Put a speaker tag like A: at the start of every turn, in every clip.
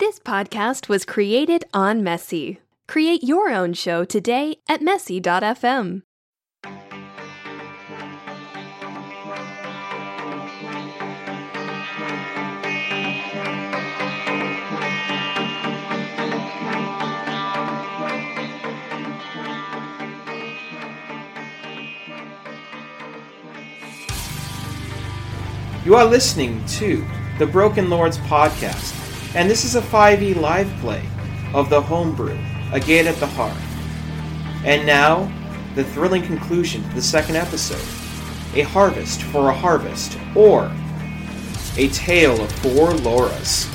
A: This podcast was created on Messy. Create your own show today at messy.fm.
B: You are listening to the Broken Lords podcast, and this is a 5e live play of The Homebrew, A Gate at the Heart. And now, the thrilling conclusion to the second episode A Harvest for a Harvest, or A Tale of Four Lauras.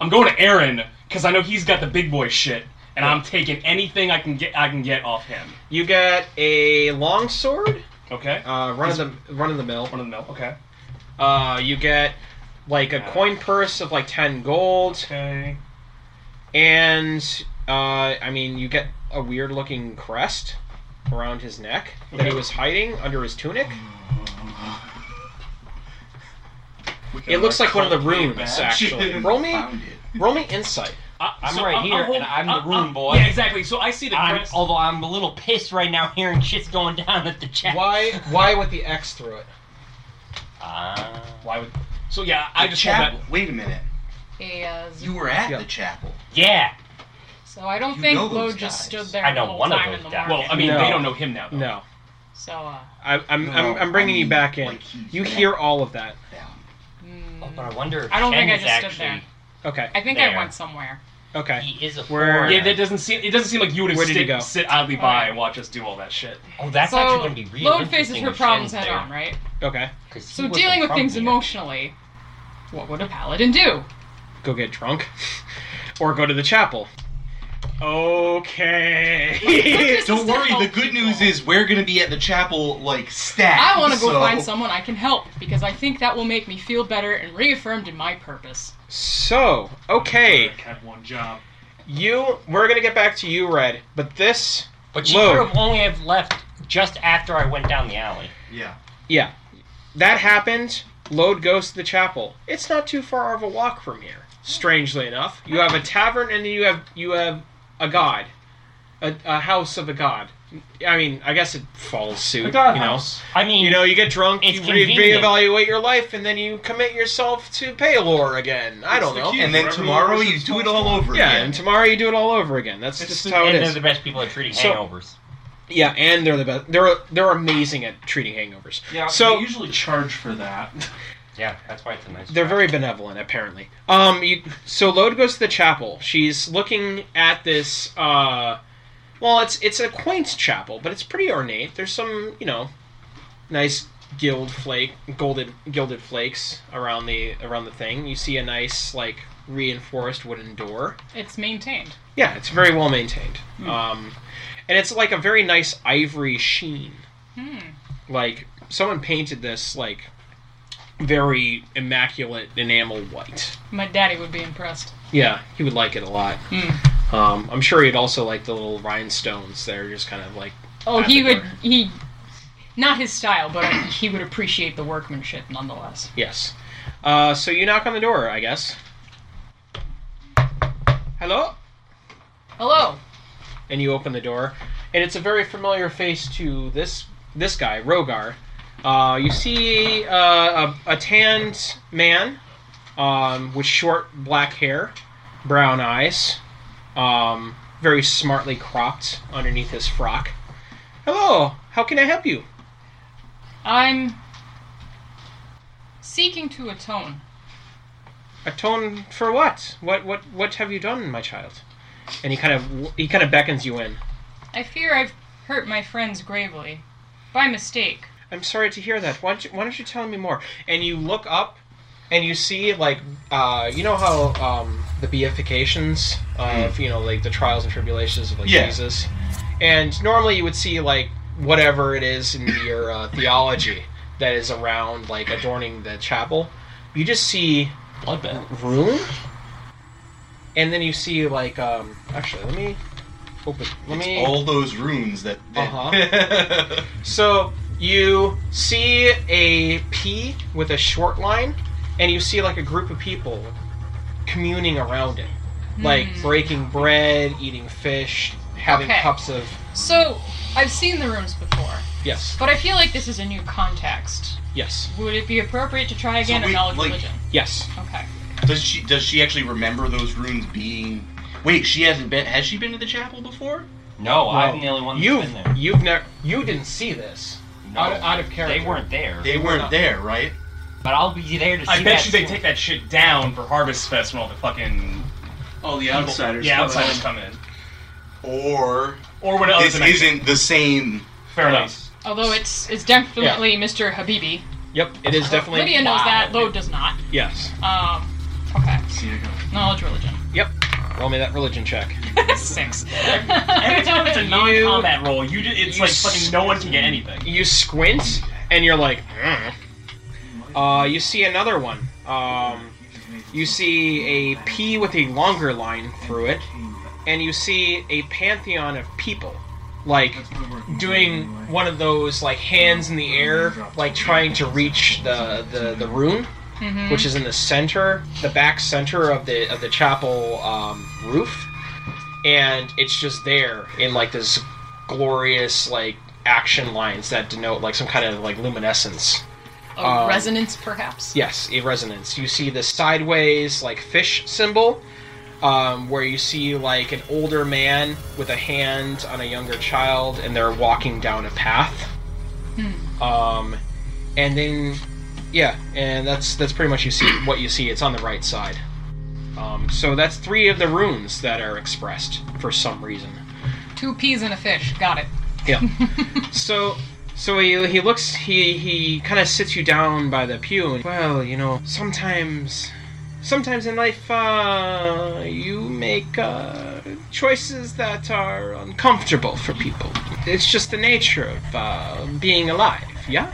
C: I'm going to Aaron because I know he's got the big boy shit, and I'm taking anything I can get. I can get off him.
D: You got a long sword,
C: Okay.
D: uh, run of the run of the mill.
C: One of the mill. Okay.
D: Uh, you get like a coin purse of like ten gold,
C: Okay.
D: and uh, I mean you get a weird looking crest around his neck that he
C: Okay.
D: was hiding under his tunic.
E: Mm-hmm.
D: It looks like one of the runes, actually. Roll me, roll me insight.
C: I,
F: I'm right here, and
C: holding-
F: I'm the
C: I-
F: room
C: I-
F: boy.
C: Yeah, exactly. So I see the
F: I'm,
C: crest.
F: although I'm a little pissed right now hearing shit's going down at the chat.
D: Why, why with the X through it?
F: Uh,
C: Why would? So yeah, I just hold
E: chapel.
C: that.
E: Wait a minute.
G: Yes.
E: You were at
D: Yeah.
E: the chapel.
F: yeah.
G: So I don't
E: You
G: think
E: know those
G: Lo just
E: guys. um,
G: stood there.
F: I know
G: the whole
F: one of
G: time
F: those
G: in the
F: guys.
G: market.
C: Well, I mean,
D: No.
C: they don't know him now. Though.
D: No,
G: so uh,
D: I, I'm, I'm
E: Oh. No,
D: I'm bringing
E: I
D: you
E: mean,
D: back in.
E: like he's
D: You
E: back.
D: hear all of that?
E: Yeah.
G: mm,
F: Oh, but I wonder. If
G: I don't
F: Ken
G: think I
F: is
G: just stood
F: actually,
G: there.
D: Okay,
G: I think
F: There.
G: I went somewhere.
D: okay.
F: He is a
D: Where-
F: foreigner.
C: Yeah, that doesn't seem. It doesn't seem like you would have
D: Where did he
C: sit,
D: go?
C: sit idly by and watch us do all that shit.
F: oh, that's
G: so
F: actually going to be really
G: Lode faces her problems head on, right?
D: Okay,
G: So dealing with things emotionally, what would a paladin do?
D: go get drunk, or go to the chapel. Okay.
G: This is
E: Don't
G: to
E: worry.
G: help
E: The good
G: people.
E: news is we're gonna be at the chapel like stacked.
G: I want to go
E: so-
G: find someone I can help because I think that will make me feel better and reaffirmed in my purpose.
D: so, okay,
C: Had one job.
D: you. We're gonna get back to you, Red. But this,
F: But she
D: Lode.
F: could have only have left just after I went down the alley.
E: Yeah.
D: yeah, that happened. Load goes to the chapel. It's not too far of a walk from here. Strangely enough, you have a tavern and you have you have a god, a, a house of a god. I mean, I guess it falls suit. you know.
F: I mean,
D: You know, you get drunk,
F: It's
D: you re-
F: convenient.
D: reevaluate your life, and then you commit yourself to Paylor again. I don't know.
E: And then tomorrow you do it all over
D: Yeah,
E: again.
D: and tomorrow you do it all over again. That's just how it
F: and they're
D: is.
F: the best people at treating
D: So-
F: hangovers.
D: yeah, and they're the best. They're they're amazing at treating hangovers. so
C: usually charge for that.
F: Yeah, that's why it's a nice.
D: they're
F: job.
D: very benevolent, apparently. Um, you, so Lode goes to the chapel. She's looking at this. Uh, well, it's it's a quaint chapel, but it's pretty ornate. There's some, you know, nice gild flake, gilded gilded flakes around the around the thing. You see a nice like reinforced wooden door.
G: It's maintained.
D: Yeah, it's very well maintained. Um, and it's like a very nice ivory sheen. Like someone painted this like very immaculate enamel white.
G: My daddy would be impressed.
D: Yeah, he would like it a lot. Um, I'm sure he'd also like the little rhinestones. They're just kind of like
G: Oh,
D: At
G: he
D: the
G: would.
D: door.
G: He, not his style, but he would appreciate the workmanship nonetheless.
D: yes. Uh, so you knock on the door, I guess. Hello.
G: Hello.
D: and you open the door, and it's a very familiar face to this this guy, Rogar. Uh, you see uh, a, a tanned man um, with short black hair, brown eyes, um, very smartly cropped underneath his frock. Hello, how can I help you?
G: I'm seeking to atone.
D: Atone for what? What what what have you done, my child? And he kind of he kind of beckons you in.
G: I fear I've hurt my friends gravely. By mistake.
D: I'm sorry to hear that. Why don't you, why don't you tell me more? And you look up, and you see like, uh, you know how um, the beatifications of you know like the trials and tribulations of like
E: Yeah.
D: Jesus, and normally you would see like whatever it is in your uh, theology that is around like adorning the chapel. You just see
F: Bloodbath.
D: room, and then you see like um, actually let me open let me Uh-huh.
E: All those runes that. that-
D: So you see a P with a short line, and you see like a group of people communing around it,
G: Hmm.
D: like breaking bread, eating fish, having
G: Okay.
D: cups of
G: So, I've seen the rooms before,
D: yes,
G: but I feel like this is a new context.
D: yes,
G: Would it be appropriate to try again
E: So
G: a
E: we-
G: knowledge
E: like-
G: religion?
D: yes.
G: Okay.
E: does she does she actually remember those runes being? Wait, she hasn't been. Has she been to the chapel before?
F: No, I'm
D: No.
F: the only one that's
D: You've
F: been there.
D: you've never you didn't see this.
F: No,
D: out of- out of character.
F: They weren't there.
E: They weren't there, right?
F: But I'll be there to see
C: I bet
F: that
C: you they
F: soon.
C: take that shit down for Harvest Fest when all the fucking
H: All the outsiders.
C: yeah
H: come
C: outsiders
H: in.
C: come in,
E: Or
C: or when others
E: this isn't the same.
C: fair enough.
G: Although it's it's definitely Mr. Habibi.
D: Yep, it is definitely
G: Lydia knows
F: wow.
G: that. Lode does not.
D: yes.
G: Um. Okay.
H: See you go.
G: Knowledge religion.
D: Yep. Roll me that religion check.
G: Six.
C: Every time it's a
D: You-
C: non-combat roll, you just, it's
D: you
C: like fucking no one can get anything.
D: You squint and you're like, "Mm." uh, you see another one. Um, you see a P with a longer line through it, and you see a pantheon of people, like doing one of those like hands in the air, like trying to reach the the, the rune, which is in the center, the back center of the of the chapel um, roof, and it's just there in like this glorious like action lines that denote like some kind of like luminescence.
G: A
C: Uh,
G: resonance, perhaps.
D: Yes, a resonance. You see the sideways like fish symbol, um, where you see like an older man with a hand on a younger child, and they're walking down a path. Um, and then, yeah, and that's that's pretty much you see what you see. It's on the right side. Um, so that's three of the runes that are expressed for some reason.
G: Two peas and a fish. Got it.
D: Yeah. so so he, he looks he he kind of sits you down by the pew and well you know sometimes sometimes in life uh, you make uh, choices that are uncomfortable for people it's just the nature of uh, being alive yeah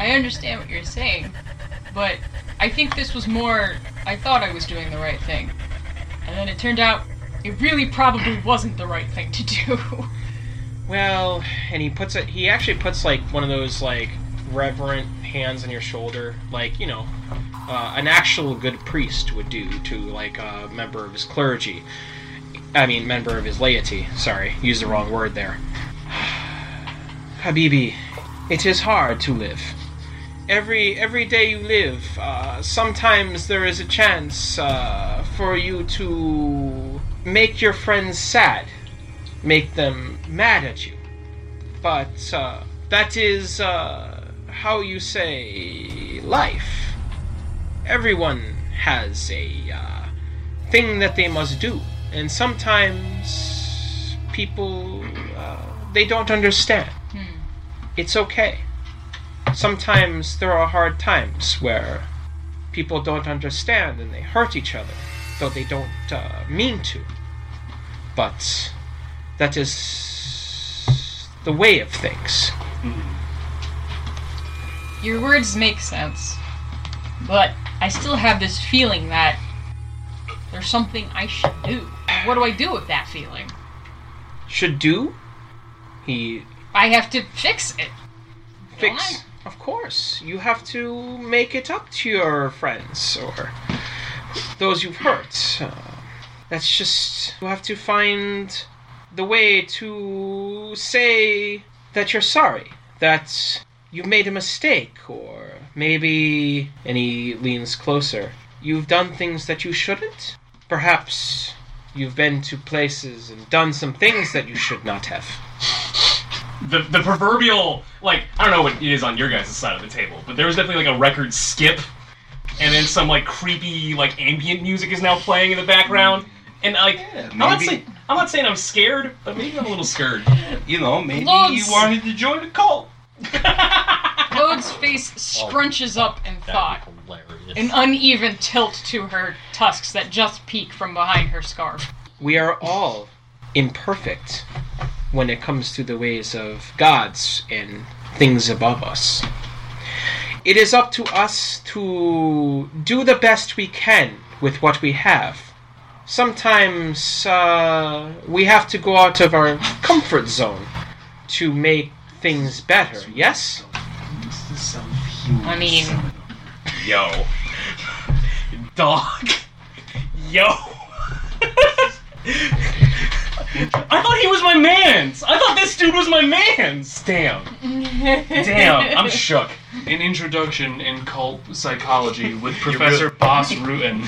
G: I understand what you're saying, but I think this was more. I thought I was doing the right thing, and then it turned out it really probably wasn't the right thing to do.
D: well and he puts it he actually puts like one of those like reverent hands on your shoulder like you know uh, an actual good priest would do to like a member of his clergy i mean member of his laity sorry use the wrong word there habibi it is hard to live every every day you live uh, sometimes there is a chance uh, for you to make your friends sad make them mad at you. But uh, that is uh, how you say life. Everyone has a uh, thing that they must do, and sometimes people uh, they don't understand. It's okay. Sometimes there are hard times where people don't understand and they hurt each other, though they don't uh, mean to. But that is the way of things.
G: Your words make sense, but I still have this feeling that there's something I should do. What do I do with that feeling?
D: Should do? He
G: I have to fix it.
D: fix. Of course, you have to make it up to your friends or those you've hurt. Uh, that's just you have to find the way to say that you're sorry, that you've made a mistake, or maybe. And he leans closer. You've done things that you shouldn't. Perhaps you've been to places and done some things that you should not have.
C: the the proverbial like I don't know what it is on your guys' side of the table, but there was definitely like a record skip, and then some like creepy like ambient music is now playing in the background, and like I'm not
E: maybe.
C: saying I'm not saying I'm scared, but maybe I'm a little scared.
E: You know, maybe
G: Lords.
E: you wanted to join a cult.
G: Ode's face scrunches up in thought,
H: That'd be hilarious.
G: an uneven tilt to her tusks that just peek from behind her scarf.
D: We are all imperfect when it comes to the ways of gods and things above us. It is up to us to do the best we can with what we have. Sometimes uh, we have to go out of our comfort zone to make things better, yes?
G: I mean,
C: Yo. Dog. Yo. I thought he was my man's. I thought this dude was my man's. Damn. Damn. I'm shook.
I: An introduction in cult psychology with Professor Boss Rutan.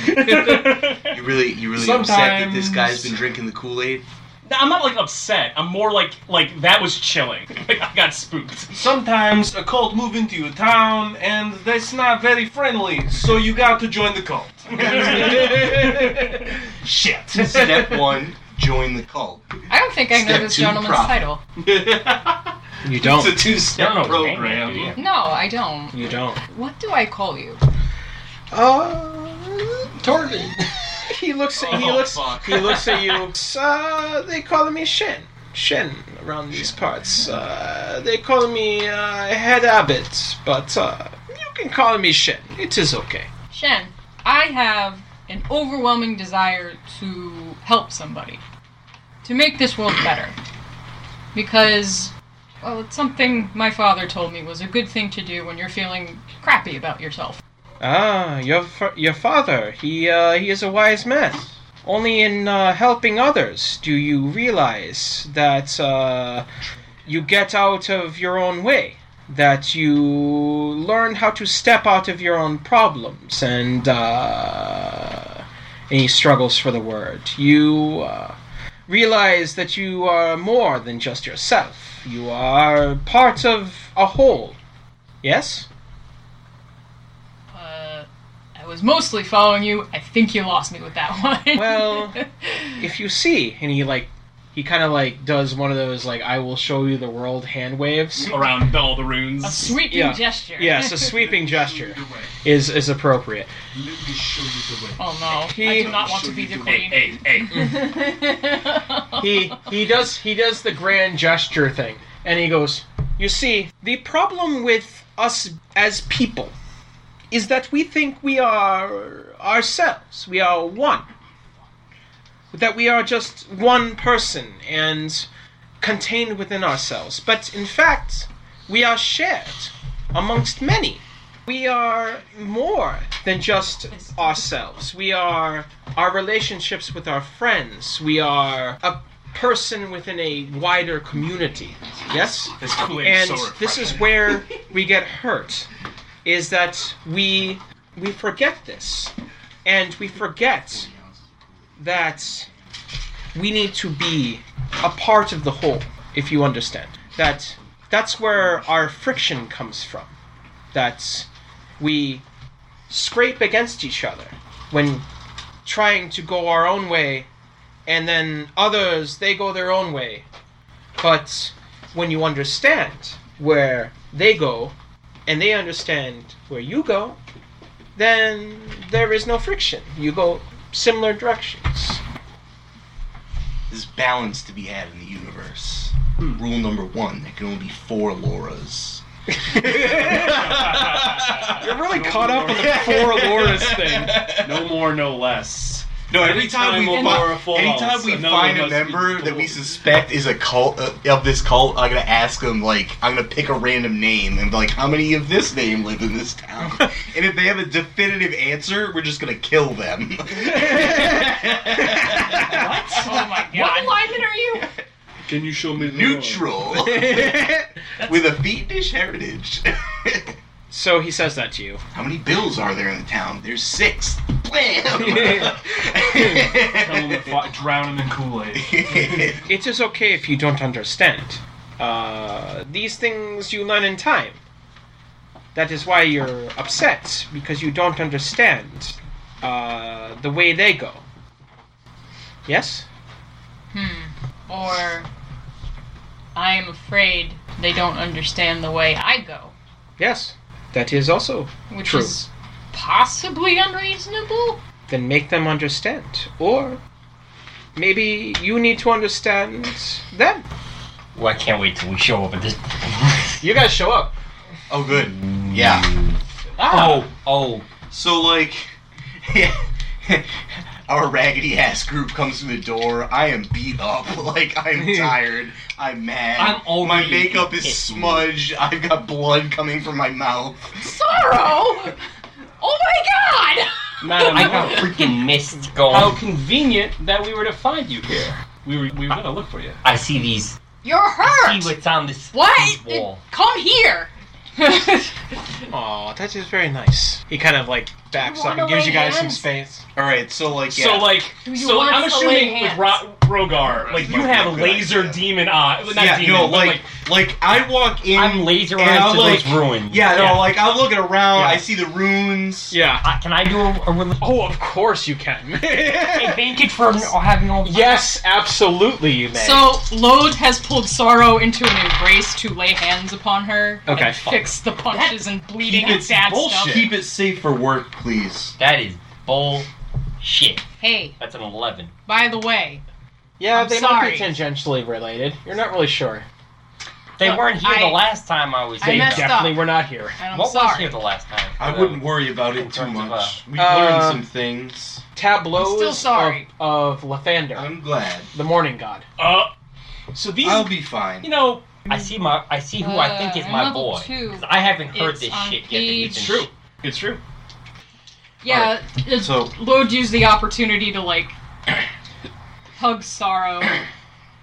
E: You really, you really upset that this guy's
I: Sometimes-
E: been drinking the Kool Aid?
C: No, I'm not like upset. I'm more like like that was chilling. Like I got spooked.
I: Sometimes a cult move into your town and that's not very friendly, so you got to join the cult.
C: Shit.
E: Step one: join the cult.
G: I don't think I know
E: Step
G: this
E: two,
G: gentleman's
E: profit.
G: title.
D: You don't.
E: It's a two-step
C: No, no,
E: program.
C: thank you, yeah.
G: No, I don't.
D: You don't.
G: What do I call you?
D: Uh, Torvin. he looks. He
I: Oh,
D: looks.
I: fuck.
D: He looks at you. Uh, they call me Shen. Shen around these parts. Uh, they call me uh, Head Abbot, but uh, you can call me Shen. It is okay.
G: Shen, I have an overwhelming desire to help somebody, to make this world better. Because, well, it's something my father told me was a good thing to do when you're feeling crappy about yourself.
D: Ah, your fa- your father. He uh, he is a wise man. Only in uh, helping others do you realize that uh, you get out of your own way. That you learn how to step out of your own problems and uh, any struggles for the word. You uh, realize that you are more than just yourself. You are part of a whole. Yes.
G: Uh, I was mostly following you. I think you lost me with that one.
D: Well, if you see, and he like, he kind of like does one of those like I will show you the world hand waves.
C: Around all the
G: a
C: runes.
G: sweeping
D: yeah.
G: gesture.
D: Yes, a sweeping gesture is is appropriate.
G: Oh no, I
D: He-
G: do not want to be the
C: Hey,
G: queen.
C: hey, hey.
D: He he does he does the grand gesture thing, and he goes, "You see, the problem with us as people is that we think we are ourselves. We are one. That we are just one person and contained within ourselves. But in fact, we are shared amongst many. We are more than just ourselves. We are our relationships with our friends. We are a person within a wider community. Yes?
I: This Kool Aid
D: and
I: so
D: this is
I: refreshing.
D: where we get hurt is that we we forget this and we forget that we need to be a part of the whole if you understand that that's where our friction comes from that we scrape against each other when trying to go our own way and then others they go their own way but when you understand where they go and they understand where you go, then there is no friction. You go similar directions.
E: There's balance to be had in the universe. Rule number one: there can only be four Lauras.
D: You're really caught up on the four Loras thing.
I: No more, no less.
E: No, every time we
I: Time
E: fi-
I: Laura falls,
E: anytime we
I: another
E: find a
I: must be
E: member that we
I: pulled.
E: suspect is a cult uh, of this cult, I'm gonna ask them like I'm gonna pick a random name and be like, how many of this name live in this town? and if they have a definitive answer, we're just gonna kill them.
G: oh my god. What alignment are you?
I: Can you show me the
E: Neutral with a fiendish heritage.
D: So he says that to you.
E: how many bills are there in the town? There's six. Blam.
I: Tell them to fi- drown him in Kool Aid.
D: It is okay if you don't understand. Uh, these things you learn in time. That is why you're upset, because you don't understand uh, the way they go. Yes?
G: Or I am afraid they don't understand the way I go,
D: Yes, that is also
G: which
D: True.
G: is possibly unreasonable.
D: then make them understand. Or maybe you need to understand them.
F: Well, I can't wait till we show up at this.
D: You guys show up.
H: Oh, good. Yeah.
C: Ah,
F: oh, oh,
H: So like, our raggedy ass group comes through the door. I am beat up. Like I'm tired. I'm mad.
F: I'm
H: My
F: already
H: makeup is
F: pissed.
H: smudged. I've got blood coming from my mouth.
G: Sorrow! Oh my god!
C: Madam,
F: I got freaking mist
H: Oh,
F: going.
H: um,
C: how convenient that we were to find you here. We were, we were gonna look for you.
F: I see these.
G: You're
F: See
G: hurt!
F: what's on this
G: What?
F: this wall.
G: Come here!
D: Oh, that is very nice. He kind of like backs
G: You
D: up and gives
G: wanna
D: you
G: lay
D: guys some
G: hands?
D: space.
H: All right. So like, yeah.
C: So like,
G: You
C: so
G: want
C: I'm
G: to lay
C: assuming with
G: hands.
C: Ro- Rogar, like you
H: Might be a
C: have
H: good
C: laser
H: idea.
C: demon eyes. Not
H: yeah,
C: demon,
H: no,
C: but
H: like, like, I walk in.
F: I'm laser
H: and
F: eyed
H: I'm
F: to
H: like,
F: those ruins.
H: yeah, no,
C: Yeah.
H: like I'm looking around.
D: Yeah.
H: I see the runes.
D: Yeah.
F: I, can I do a, a rel-
D: Oh, of course you can.
F: advantage for having all?
D: yes, absolutely you may.
G: So, Lode has pulled Sorrow into an embrace to lay hands upon her
D: Okay.
G: and fix the punches and bleeding and
H: It's
G: bad
H: bullshit.
G: stuff.
H: Keep it safe for work, please.
F: that is bullshit.
G: Hey,
F: That's an eleven.
G: by the way,
D: yeah,
G: I'm
D: they might be
G: sorry.
D: tangentially related. You're not really sure.
F: They
G: No,
F: weren't here
G: I-
F: the last time I was
G: I
D: They
F: here.
G: messed up.
D: definitely were not here.
G: and I'm
F: What was
G: sorry.
F: here the last time?
H: I wouldn't worry about it too
F: terms of,
H: much. We've
D: uh,
H: learned some things.
D: Tableaus
G: still sorry.
D: of, of Lathander,
H: I'm glad.
D: the morning god.
C: uh, so these,
H: I'll be fine.
C: you know,
F: Uh, I see my. I see who I think is
G: Uh,
F: my
G: level
F: boy.
G: two.
F: 'Cause I haven't heard
G: It's
F: this
G: on
F: shit yet. that
G: page-
F: you've
C: it's
F: been-
C: true. It's true.
G: Yeah, uh,
H: So-
G: Lode used the opportunity to like hug Sorrow,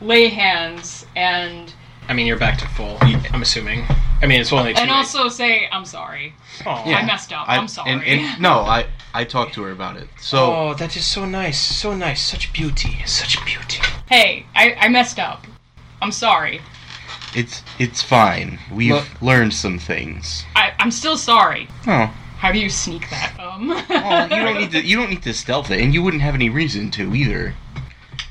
G: lay hands, and
D: I mean, you're back to full. I'm assuming. I mean, it's only two.
G: and also say I'm sorry. I messed up. I, am sorry.
J: And, and, no, I I talked to her about it. So
D: Oh, that is so nice, so nice, such beauty, such beauty.
G: hey, I, I messed up. I'm sorry.
H: It's it's fine. We've
J: Look-
H: learned some things.
G: I, I'm still sorry.
H: Oh,
G: How do you sneak that? Um.
H: well, Oh, you don't need to. You don't need to stealth it, and you wouldn't have any reason to either.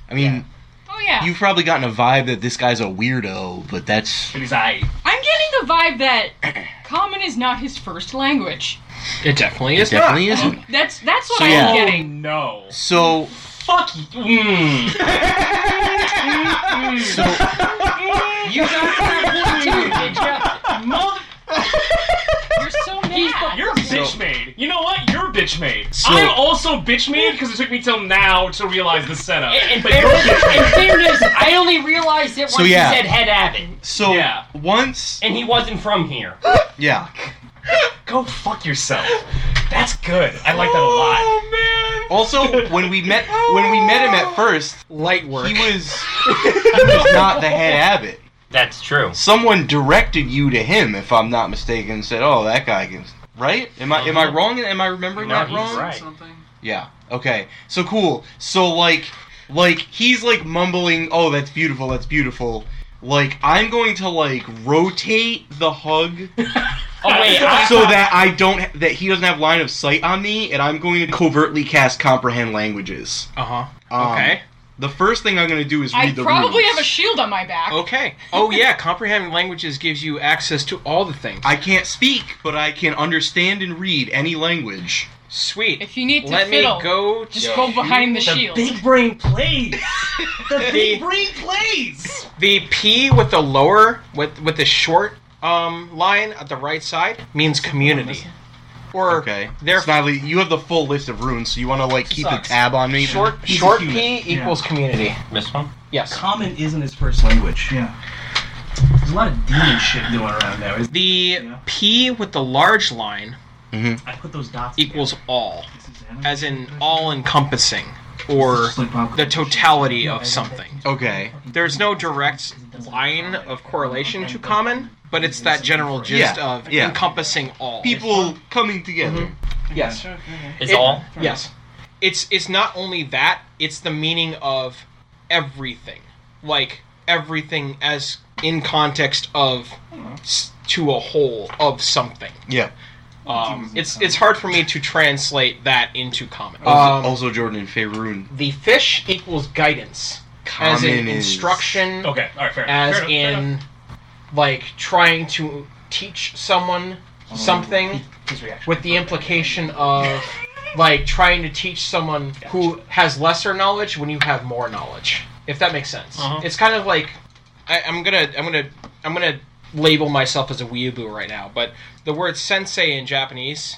H: I mean,
G: Oh yeah.
H: you've probably gotten a vibe that this guy's a weirdo, but that's
C: It is I.
G: I'm getting the vibe that common is not his first language.
D: It definitely is
H: definitely isn't.
G: That's that's what
H: So,
G: I'm
H: yeah.
C: Oh
G: getting.
C: no!
H: So,
C: Fuck you. Mm.
H: so
F: You guys have one too, did ya? Mother-
G: You're so
F: He's the-
G: mad.
C: You're bitch made. You know what? You're bitch made.
H: So-
C: I'm also bitch made because it took me till now to realize the setup.
F: In, in
C: but you're
F: fairness,
C: bitch
F: in
C: made.
F: fairness, I only realized it once
H: So, yeah.
F: he said head abbot,
H: so
C: Yeah.
H: once
F: and he wasn't from here.
H: yeah.
C: Go fuck yourself. That's good. I like that a lot.
D: Oh
H: Also, when we met when we met him at first,
D: man, light work.
H: he was he was not the head abbot.
F: That's true.
H: Someone directed you to him, if I'm not mistaken, and said, "Oh, that guy can." Right? Am I am I wrong? Am I remembering
F: No,
H: that
F: he's
H: wrong?
F: right.
K: Something.
H: Yeah. Okay. So cool. So like like he's like mumbling, "Oh, that's beautiful. That's beautiful." Like I'm going to like rotate the hug
F: Oh wait, I,
H: so that I don't ha- that he doesn't have line of sight on me and I'm going to covertly cast comprehend languages.
D: Uh huh.
H: Um,
D: Okay.
H: The first thing I'm going to do is read
G: I
H: the
G: probably
H: runes.
G: have a shield on my back.
D: Okay. Oh yeah, comprehend languages gives you access to all the things.
H: I can't speak, but I can understand and read any language.
D: Sweet.
G: If you need to
D: Let me
G: fiddle,
D: go.
G: just
D: to
G: go behind the, shield.
C: Big brain plays. The
D: big
C: big brain plays.
D: The P with the lower with with the short um line at the right side means community. Or
H: Okay.
D: They're-
H: Smiley, you have the full list of runes, so you want to like keep a
L: Sucks.
H: tab on me.
D: short
L: He's a
D: short
L: human.
D: P
L: Yeah.
D: equals community.
F: this one.
D: Yes.
L: Common isn't his first language. Yeah. There's a lot of demon shit going around now. Is-
D: The
L: Yeah.
D: P with the large line
L: I put those dots
D: equals all,
L: together. This is anime.
D: as in all encompassing or
L: Just like Bob
D: the
L: Cratchit.
D: totality of something.
H: Okay.
D: There's no direct line of correlation to common, but it's that general gist
H: Yeah,
D: of
H: yeah.
D: encompassing all.
H: People coming together.
D: Mm-hmm. yes.
F: Is
D: It-
F: all.
D: Yes. It's it's not only that, it's the meaning of everything. Like everything as in context of s- to a whole of something.
H: Yeah.
D: Um, it's it's hard for me to translate that into common.
H: Also,
D: Um,
H: also Jordan in Faerun.
D: the fish equals guidance. as in
E: Common is-
D: instruction.
C: Okay, all right, fair enough,
D: As
C: fair enough, fair
D: in, like trying to teach someone
C: Oh,
D: something with the implication of like trying to teach someone who has lesser knowledge when you have more knowledge if that makes sense
F: Uh-huh.
D: it's kind of like I, i'm gonna i'm gonna i'm gonna label myself as a weeaboo right now but the word sensei in japanese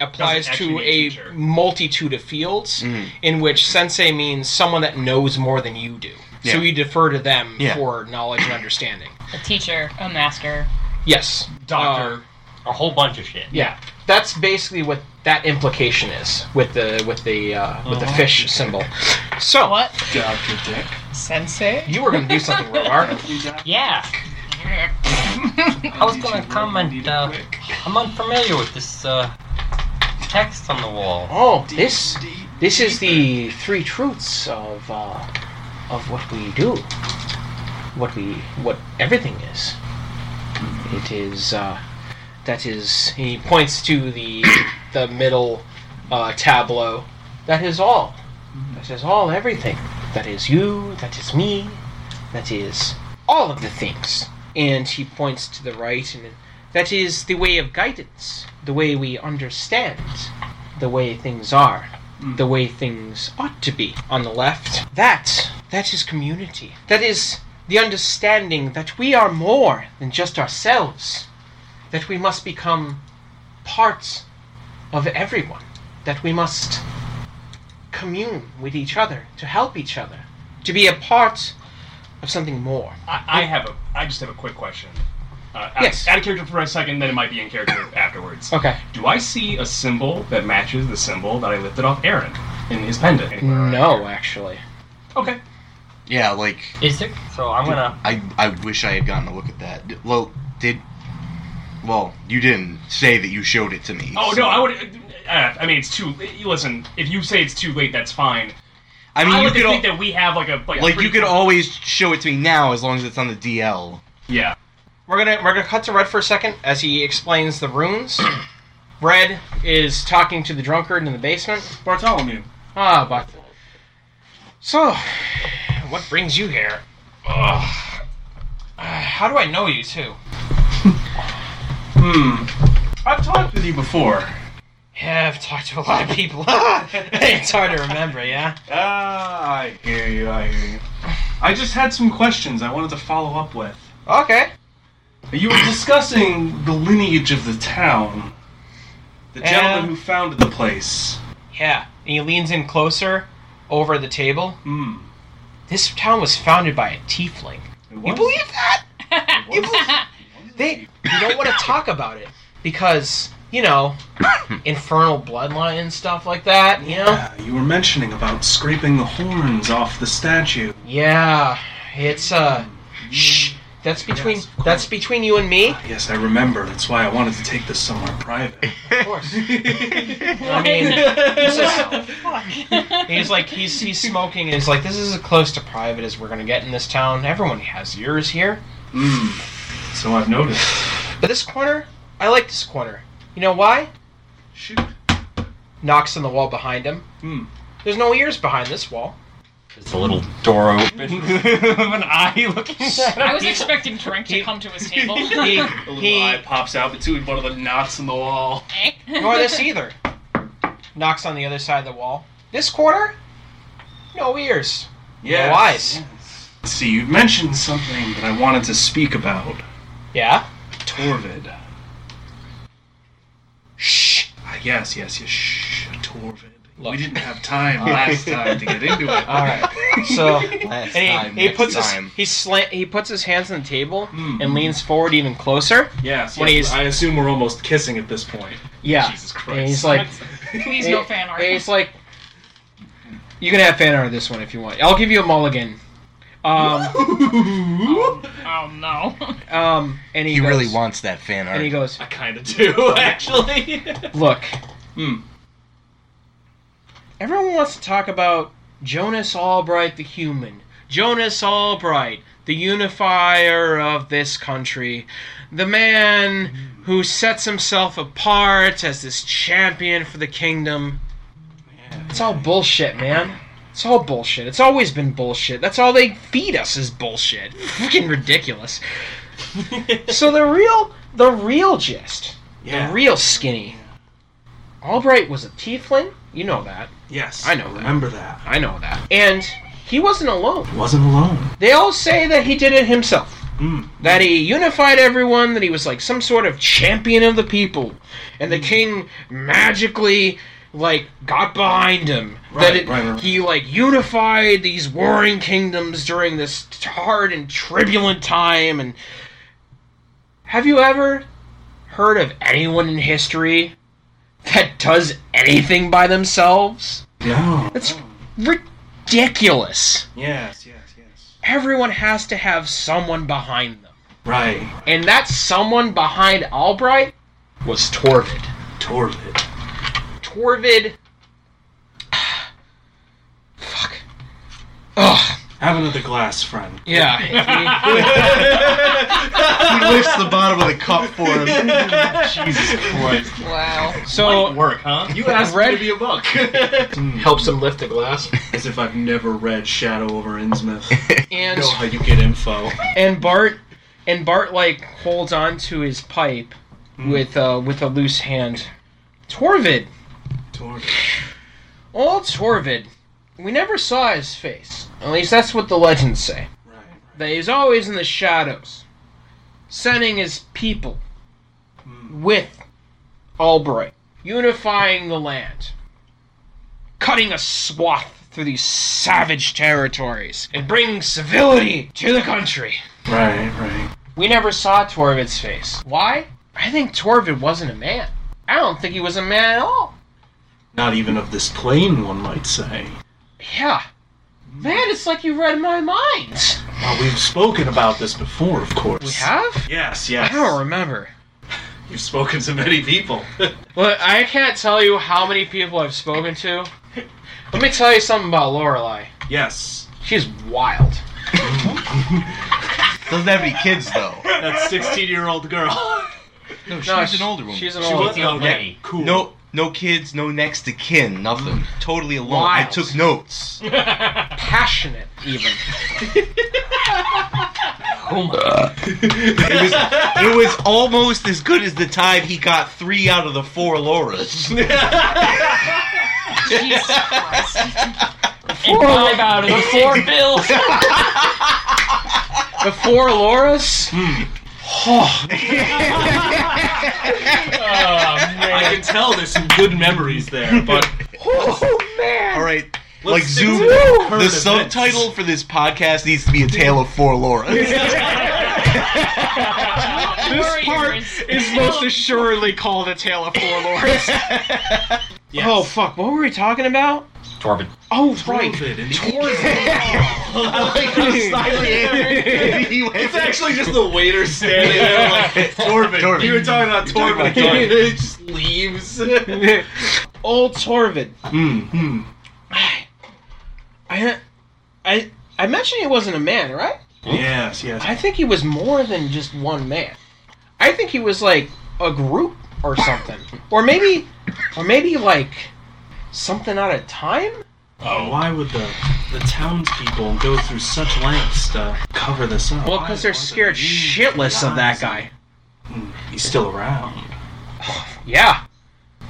D: applies
F: Doesn't
D: to
F: actually
D: a multitude of fields in which sensei means someone that knows more than you do so
G: Yeah.
D: you defer to them
G: Yeah.
D: for knowledge and understanding
G: A teacher, a master.
D: Yes. Doctor.
C: a whole bunch of shit.
D: Yeah. That's basically what that implication is with the with the uh, with the
G: Uh-huh.
D: fish symbol. So
G: what?
D: Doctor Dick.
G: Sensei?
D: You were gonna do something, Rogar.
F: Yeah. I was gonna comment. Uh, I'm unfamiliar with this uh, text on the wall.
D: Oh, this this is the three truths of uh, of what we do, what we what everything is. It is uh, that is he points to the the middle uh, tableau. That is all. That is all everything. That is you. That is me. That is all of the things. And he points to the right, and that is the way of guidance, the way we understand, the way things are, the way things ought to be. On the left, that that is community. That is the understanding that we are more than just ourselves. That we must become parts of everyone. That we must commune with each other, to help each other, to be a part of something more.
C: I, I have a. I just have a quick question. Uh, out,
D: Yes.
C: Out of character for a second, then it might be in character afterwards.
D: Okay.
C: Do I see a symbol that matches the symbol that I lifted off Aaron in his pendant? anywhere around
D: No, actually.
C: Okay.
E: Yeah, like.
F: Is there? So I'm gonna.
E: I I wish I had gotten a look at that. D- Well, did. Well, you didn't say that you showed it to me.
C: Oh
E: so-
C: no, I would. Uh, I mean, it's too. Listen, if you say it's too late, that's fine.
E: I mean, you
C: would
E: could
C: just think
E: al-
C: that we have like a like. a
E: like you
C: pretty-
E: could always show it to me now as long as it's on the DL.
C: Yeah.
D: We're gonna we're gonna cut to Red for a second as he explains the runes. Red is talking to the drunkard in the basement.
I: Bartholomew.
D: Ah, Bartholomew. So, what brings you here? Ugh. Uh, how do I know you too?
I: Hmm. I've talked with you before.
D: Yeah, I've talked to a lot of people. it's hard to remember, yeah.
I: Ah, I hear you. I hear you. I just had some questions I wanted to follow up with.
D: Okay.
I: You were discussing the lineage of the town, the gentleman
D: And-
I: who founded the place.
D: Yeah. And he leans in closer over the table.
I: Hmm.
D: This town was founded by a tiefling. You
I: was?
D: believe that? you believe they you don't want to talk about it because, you know, infernal bloodline and stuff like that, you know?
I: Yeah, you were mentioning about scraping the horns off the statue.
D: Yeah. It's uh shh. That's between that's between you and me.
I: Yes, I remember. That's why I wanted to take this somewhere private.
D: Of course. I mean, he's just, he's like he's he's smoking and he's like this is as close to private as we're going to get in this town. Everyone has yours here.
I: Mm. So I've noticed.
D: But this corner, I like this corner. You know why?
I: Shoot.
D: Knocks on the wall behind him.
I: Hmm.
D: There's no ears behind this wall.
F: It's a little door open with an eye looking.
G: I was expecting drink to come to his table.
D: He,
I: A little
D: he,
I: eye pops out between one of the knots in the wall.
G: Eh?
D: nor this either. Knocks on the other side of the wall. This corner, no ears.
I: Yes,
D: No eyes.
I: yes. See, you mentioned something that I wanted to speak about.
D: Yeah.
I: Torvid.
D: Shh.
I: Ah, Yes, yes, yes. Shh, Torvid.
D: Look.
I: We didn't have time last time to get into it.
D: All right. So
E: Last
D: and
E: time,
D: he, he
E: next
D: puts his,
E: time.
D: he slant he puts his hands on the table
I: Hmm.
D: and leans forward even closer.
I: Yes,
D: When
I: yes,
D: he's-
I: I assume we're almost kissing at this point.
D: Yeah.
C: Jesus Christ.
D: And he's like,
G: Please, no
D: and-
G: fan art.
D: and he's like, you can have fan art of this one if you want. I'll give you a mulligan. Um,
G: Oh no.
D: um, and he,
E: He
D: goes-
E: really wants that fan
D: And he
E: art.
D: goes,
I: I kind of do, actually.
D: look,
I: Hmm.
D: everyone wants to talk about Jonas Albright the human. Jonas Albright, the unifier of this country. The man who sets himself apart as this champion for the kingdom. It's all bullshit, man. It's all bullshit. It's always been bullshit. That's all they feed us is bullshit. Freaking ridiculous. so the real, the real gist,
C: Yeah.
D: the real skinny. Albright was a tiefling. You know that.
C: Yes.
D: I know that.
C: Remember that.
D: I know that. And he wasn't alone.
M: Wasn't alone.
D: They all say that he did it himself.
C: Hmm.
M: Mm.
D: That he unified everyone, that he was like some sort of champion of the people. And the
C: Hmm.
D: king magically like got behind him. that
C: Right,
D: it,
C: right, right.
D: he like unified these warring kingdoms during this hard and turbulent time and have you ever heard of anyone in history that does anything by themselves?
M: Yeah.
D: That's ridiculous
C: Yes, yes, yes.
D: everyone has to have someone behind them.
C: Right.
D: And that someone behind Albright was Torvid.
C: Torvid.
D: Torvid. Fuck. Ugh.
C: Have another glass, friend.
D: Yeah.
H: He lifts the bottom of the cup for him.
N: Jesus Christ.
G: Wow.
D: so
N: Work, huh?
C: You asked
D: Red-
C: me to be a monk.
D: Hmm. helps him lift the glass.
C: As if I've never read Shadow over Innsmouth.
D: And
C: know how you get info.
D: and Bart and Bart like holds on to his pipe with uh with a loose hand. Torvid.
C: Torvid.
D: Old Torvid. We never saw his face. At least that's what the legends say.
C: Right.
D: that he's always in the shadows, sending his people with Albright, unifying the land, cutting a swath through these savage territories, and bringing civility to the country.
C: Right, right.
D: We never saw Torvid's face. Why? I think Torvid wasn't a man. I don't think he was a man at all.
C: Not even of this plane, one might say.
D: Yeah. Man, it's like you read my mind.
C: Well, we've spoken about this before, of course.
D: We have?
C: Yes,
D: I
C: yes.
D: don't remember.
C: You've spoken to many people.
D: Look, I can't tell you how many people I've spoken to. Let me tell you something about Lorelai.
C: yes.
D: She's wild.
H: Doesn't have any kids though.
C: That 16 year old girl.
H: No, she's
D: she-
H: an older woman.
D: She's an
H: She
D: older
H: was-
D: woman.
C: Okay, cool.
H: No, no kids, no next to kin, nothing.
C: Mm.
H: Totally alone. I
D: Wild.
H: took notes.
D: Passionate, even.
H: It was, it was almost as good as the time he got three out of the four Laura's.
G: Jesus Christ.
D: Four,
F: Five out of the four bills.
D: the four Lauras?
C: Oh, I can tell there's some good memories there, but
D: Oh, man!
H: All right. like
C: Let's stick
H: zoom.
C: to the current
H: The
C: events.
H: subtitle for this podcast needs to be a tale of four Laura's.
D: This part is most assuredly called A Tale of Four Lauras.
C: Yes.
D: Oh, fuck. What were we talking about?
F: Torben.
D: Oh, right.
C: Torvid and-
H: He went-
C: It's actually just the waiter standing there like Torvin.
H: Torvin.
C: You were talking about Torvin.
H: talking about Torvin.
C: He just leaves.
D: Old Torvid.
C: Hmm, hmm.
D: I, I, I mentioned he wasn't a man, right?
C: Yes, yes.
D: I think he was more than just one man. I think he was like a group or something, or maybe, or maybe like something out of time.
C: Oh, Why would the the townspeople go through such lengths to cover this up?
D: Well, because they're scared shitless of that guy.
C: Hmm. He's still around.
D: Yeah,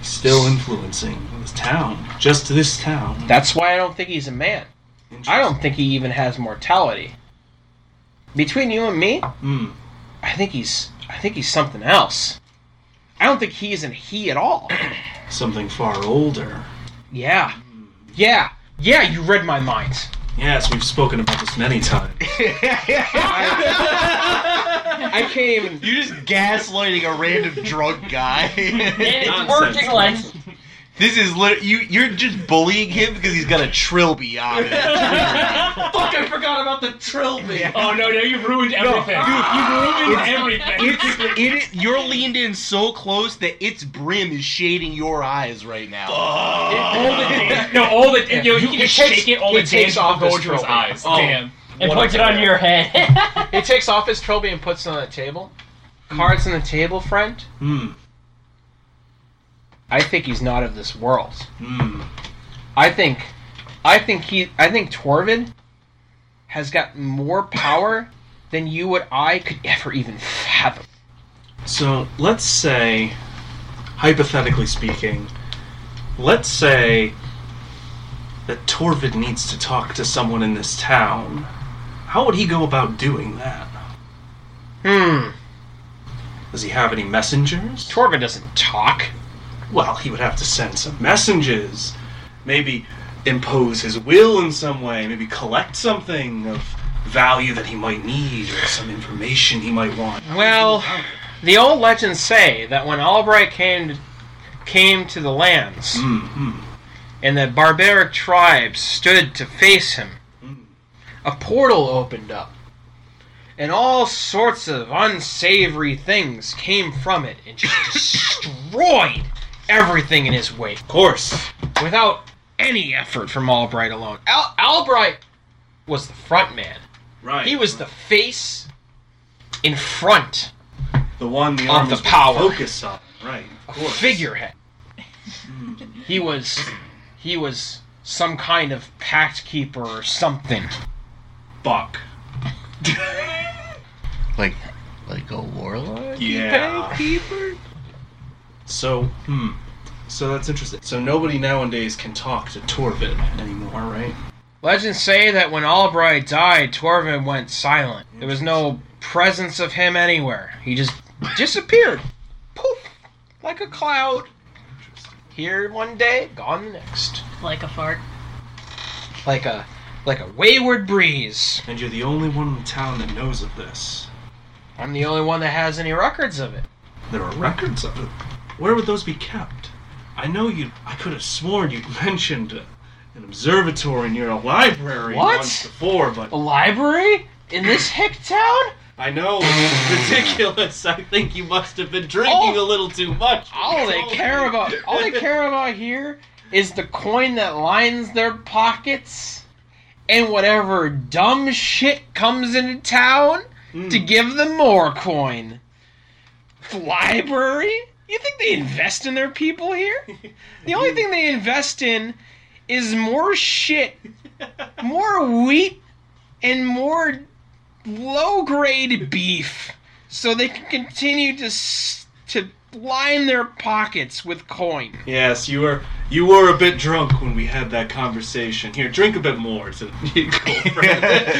C: Still influencing this town. Just this town.
D: that's why I don't think he's a man. I don't think he even has mortality. Between you and me,
C: Hmm.
D: I think he's, I think he's something else. I don't think he isn't he at all.
C: Something far older.
D: Yeah, yeah, yeah. You read my mind.
C: Yes, we've spoken about this many times.
D: I can't even.
H: You're just gaslighting a random drunk guy.
F: It's
C: Nonsense.
F: working like
H: this is lit- you. You're just bullying him because he's got a trilby on it.
C: Fuck, I forgot about the trilby.
N: Oh no, no, you've ruined everything. you've ruined everything.
H: It's it. You're leaned in so close that its brim is shading your eyes right now.
N: all the damn, no, all the you, know, you can
D: He
N: shake
D: takes-
N: it. All
D: he
N: the damage
D: takes off
N: off
D: his
N: goes through his
D: trophy.
N: eyes.
C: Oh.
N: Damn.
F: and
N: What
F: puts
N: a
F: it on
N: player.
F: your head.
D: He takes off his trophy and puts it on the table. Cards on the table, friend.
C: Hmm.
D: I think he's not of this world.
C: Hmm.
D: I think I think he. I think Torvid has got more power than you and I could ever even fathom.
C: So let's say, hypothetically speaking, let's say that Torvid needs to talk to someone in this town. How would he go about doing that?
D: Hmm.
C: Does he have any messengers?
D: Torvid doesn't talk.
C: Well, he would have to send some messengers. Maybe impose his will in some way. Maybe collect something of value that he might need or some information he might want.
D: Well, the old legends say that when Albright came to, came to the lands,
C: Mm-hmm.
D: and the barbaric tribes stood to face him,
C: Mm.
D: a portal opened up, and all sorts of unsavory things came from it and just destroyed everything in his wake
C: Of course.
D: without any effort from Albright alone. Al- Albright was the front man.
C: Right.
D: He was the face in front,
C: the one the
D: of
C: arm
D: the
C: was
D: power.
C: focus on. Right. Of course. Mm.
D: figurehead. He was he was some kind of pact keeper or something.
C: Buck.
H: Like, like a warlord.
C: Yeah. So, hmm. So that's interesting. So nobody nowadays can talk to Torvid anymore, right?
D: Legends say that when Albright died, Torvin went silent. There was no presence of him anywhere. He just disappeared. Poof! Like a cloud. Here one day, gone the next.
G: Like a fart.
D: Like a like a wayward breeze.
C: And you're the only one in town that knows of this.
D: I'm the only one that has any records of it.
C: There are records of it. Where would those be kept? I know you. I could have sworn you'd mentioned uh, an observatory near a library
D: What?
C: once before, but
D: A library? In this hick town?
C: I know it's ridiculous. I think you must have been drinking
D: Oh.
C: a little too much.
D: All they care about, all they care about here is the coin that lines their pockets, and whatever dumb shit comes into town to give them more coin. Library? You think they invest in their people here? The only thing they invest in is more shit, more wheat, and more low grade beef so they can continue to s- to line their pockets with coin.
C: Yes, you were you were a bit drunk when we had that conversation. Here, drink a bit more to cool friend.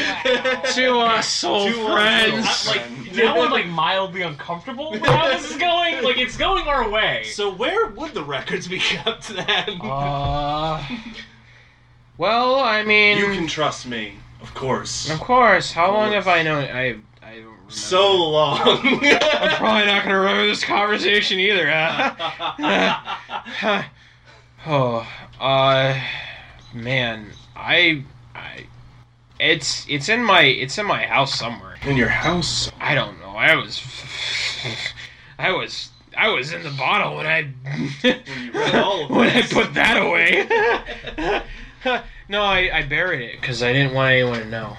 D: To us, soul
C: To us,
D: friends.
C: soul
O: Like
C: Friend.
O: now I'm like mildly uncomfortable with how this is going. Like it's going our way.
C: So where would the records be kept then?
D: Uh, well, I mean,
C: you can trust me, of course.
D: of course. How long have I known? I I don't remember.
C: So long.
D: I'm probably not gonna remember this conversation either. Huh? oh, uh, man, I, I, it's it's in my it's in my house somewhere.
C: In your house.
D: I don't know. I was, I was, I was in the bottle when I
C: you read all of
D: when I
C: this.
D: put that away. no, I, I buried it because I didn't want anyone to know.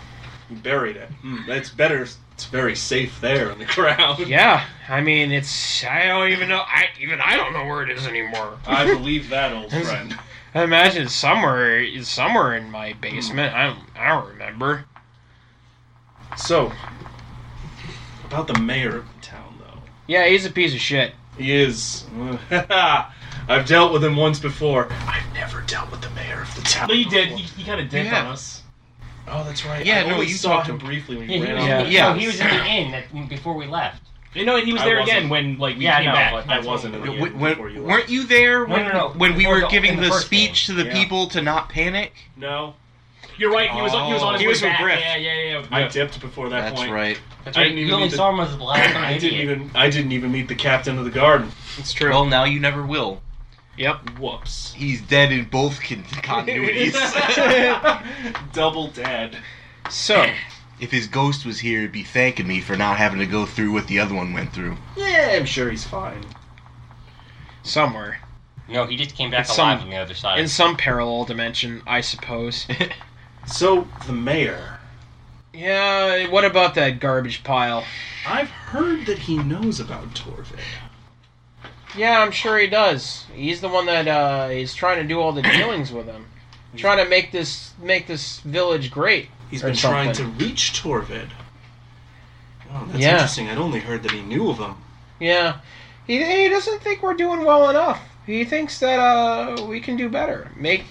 C: You buried it. Hmm, that's better. It's very safe there in the ground.
D: Yeah, I mean, it's I don't even know. I even I don't know where it is anymore.
C: I believe that, old friend.
D: I imagine it's somewhere it's somewhere in my basement. I don't I don't remember.
C: So, about the mayor of the town, though.
D: Yeah, he's a piece of shit.
C: He is. I've dealt with him once before. I've never dealt with the mayor of the town.
O: No, you did. He, he kind of dipped
D: Yeah.
O: on us.
C: Oh, that's right.
D: Yeah,
C: I
D: no,
C: only
D: you
C: saw
D: talked
C: him
D: to-
C: briefly when he
F: Yeah, he was,
C: ran
F: in
C: out.
F: the,
D: Yeah.
F: no, he was in the inn that, before we left.
O: You know, he was
C: I
O: there
C: wasn't.
O: again when like we
F: Yeah, I
O: came
F: know,
O: back.
F: but
O: That's
F: I wasn't
O: what-
C: in the
H: W-
C: end before you
H: when,
C: left.
H: weren't you there
F: No,
H: when,
F: no, no.
H: when we
F: Before
H: were
F: the-
H: giving
F: in the
H: the,
F: first
H: speech to the
C: Yeah.
H: people to not panic? Oh,
C: No,
O: You're right. He was he was on his
D: He
O: way
D: was with
O: back.
D: Griff.
O: Yeah, yeah, yeah.
C: I
O: yeah.
C: dipped before that
P: That's
C: point.
P: right.
F: That's
C: I
F: right.
C: didn't even
F: You only
C: get
F: saw him as the last
C: I
F: idiot.
C: didn't even. I didn't even meet the captain of the garden. Oh,
D: It's true.
H: Well, now you never will.
D: yep.
C: Whoops.
H: He's dead in both con- continuities.
C: Double dead.
D: So
H: if his ghost was here, he'd be thanking me for not having to go through what the other one went through.
C: Yeah, I'm sure he's fine.
D: somewhere
F: No, he just came back
D: It's
F: alive
D: some-
F: on the other side.
D: in some parallel dimension, I suppose.
C: So the mayor.
D: yeah. What about that garbage pile?
C: I've heard that he knows about Torvid.
D: Yeah, I'm sure he does. He's the one that uh, is trying to do all the dealings with him. trying to make this make this village great.
Q: He's
D: or
Q: been trying to
D: something.
Q: reach Torvid. Oh, that's
D: Yeah.
Q: interesting. I'd only heard that he knew of him.
D: Yeah, he, he doesn't think we're doing well enough. He thinks that uh we can do better. Make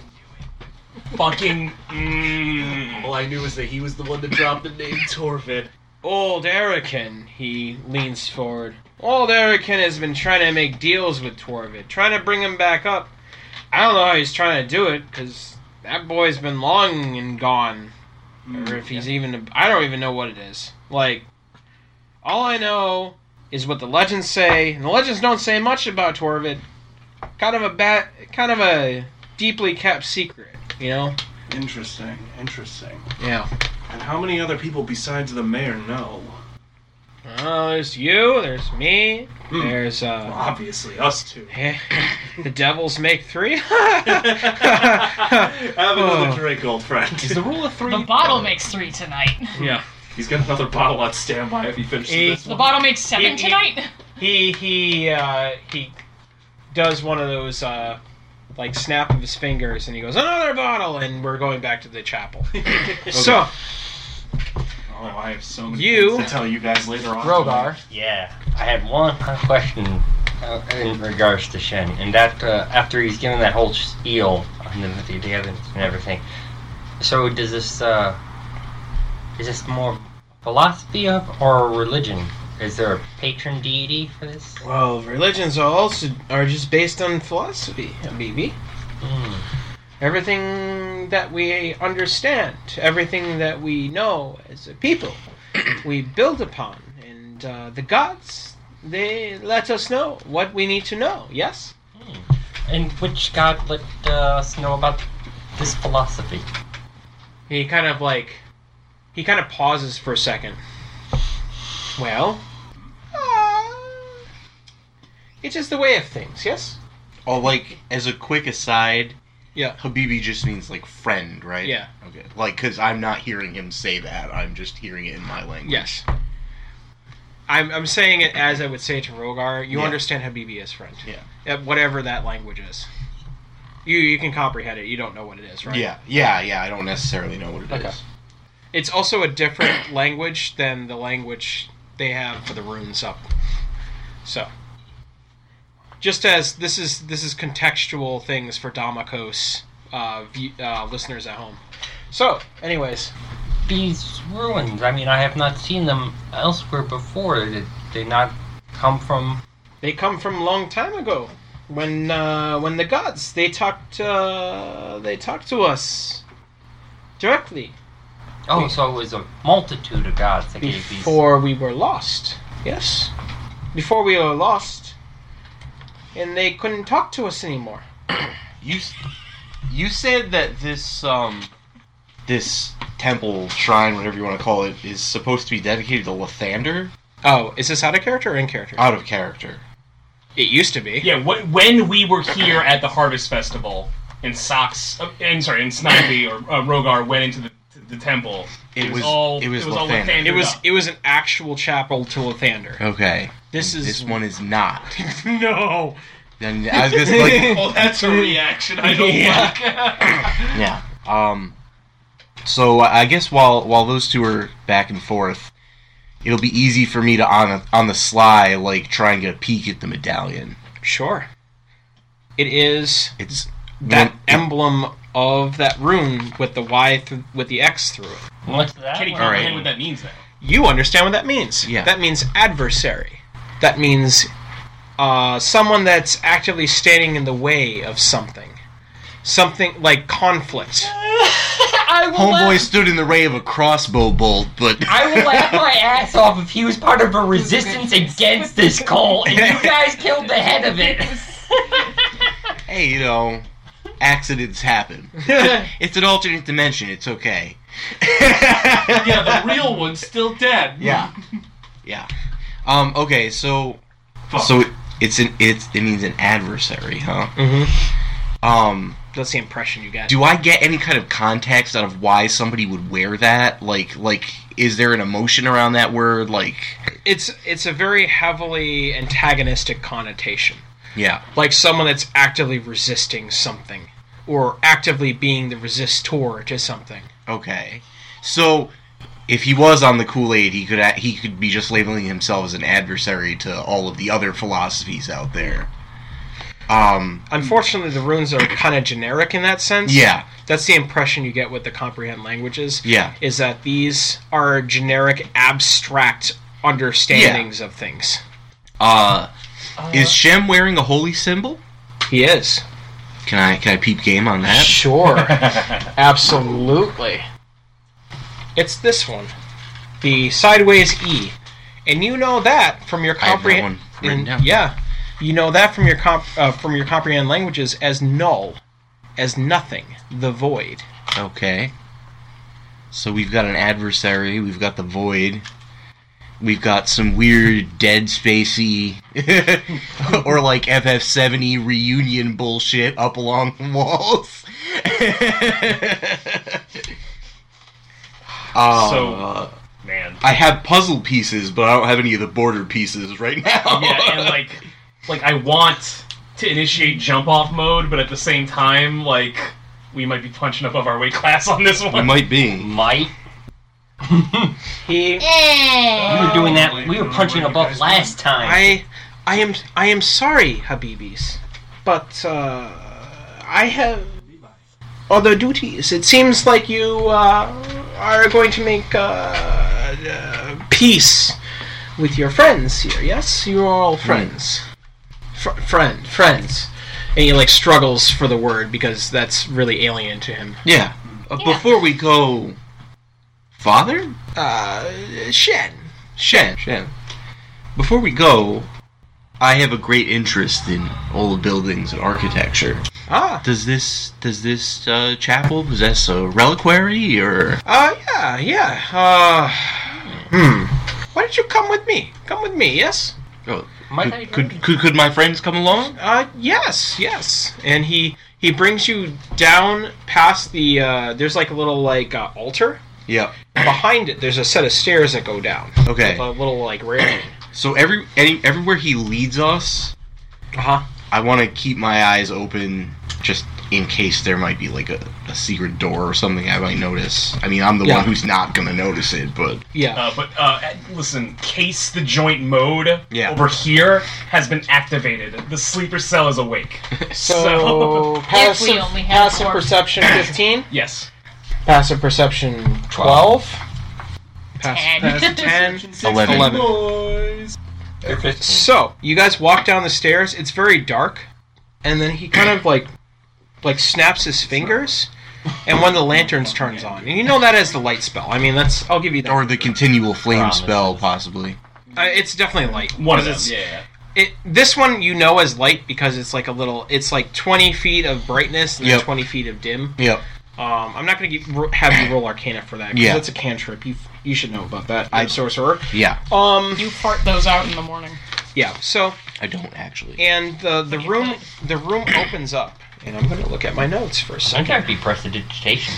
C: Fucking. Mm,
H: All I knew was that he was the one to drop the name Torvid.
D: old Erican. He leans forward. Old Erican has been trying to make deals with Torvid, trying to bring him back up. I don't know how he's trying to do it because that boy's been long and gone. or if he's even I don't even know what it is. Like all I know is what the legends say, and the legends don't say much about Torvid. Kind of a bat, kind of a deeply kept secret, you know?
Q: Interesting. Interesting.
D: Yeah.
Q: And how many other people besides the mayor know?
D: Oh, there's you, there's me,
Q: Hmm.
D: there's
Q: Well,
D: uh
Q: obviously, us two.
D: the devils make three.
Q: Have another
D: Oh.
Q: drink, old friend.
C: is the rule of three?
G: The bottle makes three tonight.
D: yeah.
Q: He's got another bottle on standby if he finishes
D: He-
Q: this
G: The
Q: one.
G: bottle makes
D: Yeah,
G: seven
D: yeah.
G: tonight.
D: He he uh, he does one of those uh, like snap of his fingers, and he goes another bottle, and we're going back to the chapel. So
Q: Oh, I have so many
D: You-
Q: things to tell you guys later on.
D: Rogar,
F: Yeah, I had one question uh, in regards to Shen, and that uh, after he's given that whole spiel on the, the, the evidence and everything. So does this uh, is this more philosophy of or religion? Is there a patron deity for this?
D: well, religions are also are just based on philosophy, BB.
F: Hmm.
D: Everything that we understand, everything that we know as a people, we build upon, and uh, the gods they let us know what we need to know. Yes.
F: And which god let uh, us know about this philosophy?
D: He kind of like he kind of pauses for a second. Well, uh, it's just the way of things, yes?
H: Oh, like as a quick aside.
D: Yeah.
H: Habibi just means like friend, right?
D: Yeah.
H: Okay. Like, cause I'm not hearing him say that. I'm just hearing it in my language.
D: Yes. I'm, I'm saying it as I would say to Rogar. You
H: Yeah.
D: understand Habibi is friend.
H: Yeah.
D: Uh, Whatever that language is. You you can comprehend it. You don't know what it is, right?
H: Yeah. Yeah. Yeah. I don't necessarily know what it is.
D: Okay. It's also a different language than the language they have for the runes up. So, just as this is this is contextual things for Damakos uh, view, uh, listeners at home. So, anyways,
F: These ruins. I mean, I have not seen them elsewhere before. Did they not come from?
D: they come from long time ago when uh, when the gods they talked uh, they talked to us directly
F: Oh, so it was a multitude of gods that gave these.
D: before we were lost. Yes, before we were lost, and they couldn't talk to us anymore.
H: You, s- you said that this um, this temple shrine, whatever you want to call it, is supposed to be dedicated to Lathander.
D: Oh, is this out of character or in character?
H: Out of character.
D: it used to be.
C: Yeah, wh- when we were here at the Harvest Festival, and Socks, uh, and sorry, and Snivy or uh, Rogar went into the, the temple.
H: It was-
C: all
H: it was
C: all
H: Lathander.
C: Lathander
D: It was
C: up.
D: it was an actual chapel to Lathander.
H: Okay.
D: This
H: And
D: is-
H: this one is not.
D: no.
H: Then I was just like,
Q: Oh, that's a reaction I don't
H: yeah. Um. So I guess while while those two are back and forth, it'll be easy for me to on a, on the sly like try and get a peek at the medallion.
D: Sure. It is
H: It's
D: that
H: Well,
D: emblem of that rune with the Y th- with the X through it.
F: What's that?
C: Can you
F: one?
C: comprehend
H: right.
C: what that means now?
D: You understand what that means?
H: Yeah.
D: That means adversary. That means uh, someone that's actively standing in the way of something. Something like conflict.
F: I will
H: Homeboy
F: laugh-
H: stood in the ray of a crossbow bolt, but
F: I will laugh my ass off if he was part of a resistance against this cult, and you guys killed the head of it.
H: hey, you know, accidents happen. It's an alternate dimension. It's okay.
I: Yeah, the real one's still dead.
H: Yeah. Yeah. Um. Okay. So. So it- it's an it's it means an adversary, huh?
D: mm-hmm.
H: Um.
D: That's the impression you get.
H: Do I get any kind of context out of why somebody would wear that? Like like is there an emotion around that word? Like
D: it's it's a very heavily antagonistic connotation
H: yeah.
D: like someone that's actively resisting something or actively being the resistor to something.
H: Okay. So if he was on the Kool Aid, he could a- he could be just labeling himself as an adversary to all of the other philosophies out there. Um.
D: Unfortunately, the runes are kind of generic in that sense.
H: Yeah.
D: That's the impression you get with the comprehend languages.
H: Yeah.
D: Is that these are generic, abstract understandings of things.
H: Uh, is Shem wearing a holy symbol?
D: He is.
H: Can I can I peep game on that?
D: Sure. Absolutely. It's this one. The sideways E. And you know that from your
H: I have that
D: comprehend
H: one written
D: and-
H: down.
D: Yeah. You know that from your comp- uh, from your comprehend languages as null, as nothing, the void.
H: Okay. So we've got an adversary. We've got the void. We've got some weird dead spacey or like FF70 E reunion bullshit up along the walls. uh,
C: So- man.
H: I have puzzle pieces, but I don't have any of the border pieces right now.
C: yeah, and like, like I want to initiate jump off mode, but at the same time, like we might be punching above our weight class on this
H: we
C: one.
H: might be.
F: Might.
D: He
F: We were doing that. We were punching above last time.
D: I I am I am sorry, Habibis, but uh, I have other duties. It seems like you uh, are going to make uh, uh, peace with your friends here. Yes, you are all friends. Mm-hmm. Fr- friend, friends. And he like struggles for the word because that's really alien to him.
H: Yeah. Uh, Before we go, father,
D: Uh, Shen.
H: Shen, Shen. Before we go, I have a great interest in old buildings and architecture.
D: Ah,
H: Does this does this uh, chapel possess a reliquary or?
D: Uh, yeah, yeah. Uh, hmm. Why don't you come with me? Come with me, yes?
H: Oh,
F: Might I-
H: could, could could could my friends come along?
D: Uh, yes, yes. And he he brings you down past the uh, there's like a little like uh, altar.
H: Yeah.
D: Behind it, there's a set of stairs that go down.
H: Okay.
D: With a little like railing.
H: So every any, everywhere he leads us,
D: Uh huh.
H: I want to keep my eyes open just in case there might be like a, a secret door or something I might notice. I mean, I'm the
D: Yeah.
H: one who's not gonna notice it, but
D: Yeah.
C: Uh, but uh, listen, case the joint mode
H: Yeah.
C: over here has been activated. The sleeper cell is awake.
D: so passive,
G: we only had
D: passive
G: four.
D: perception fifteen.
C: yes.
D: passive perception twelve. Passive
G: Ten.
D: passive ten.
H: eleven.
D: 11.
I: Boys.
F: They're 15.
D: So you guys walk down the stairs. It's very dark, and then he kind of like, like snaps his fingers, and one of the lanterns turns on. And you know that as the light spell. I mean, that's I'll give you that.
H: Or the continual flame
F: Promise.
H: spell, possibly.
D: Uh, it's definitely light.
C: One of them.
D: Because it's-
C: Yeah.
D: It, this one you know as light because it's like a little. It's like twenty feet of brightness and then
H: Yep.
D: twenty feet of dim.
H: Yep.
D: Um, I'm not gonna give, ro- have you roll Arcana for that. 'cause
H: Yeah.
D: that's a cantrip. You you should know about that.
H: I-
D: I'm sorcerer.
H: Yeah.
D: Um,
G: You fart those out in the morning.
D: yeah. So
H: I don't actually.
D: and the the room the room opens up and i'm gonna look at my notes for a
F: Don't
D: second
F: have to be prestidigitation.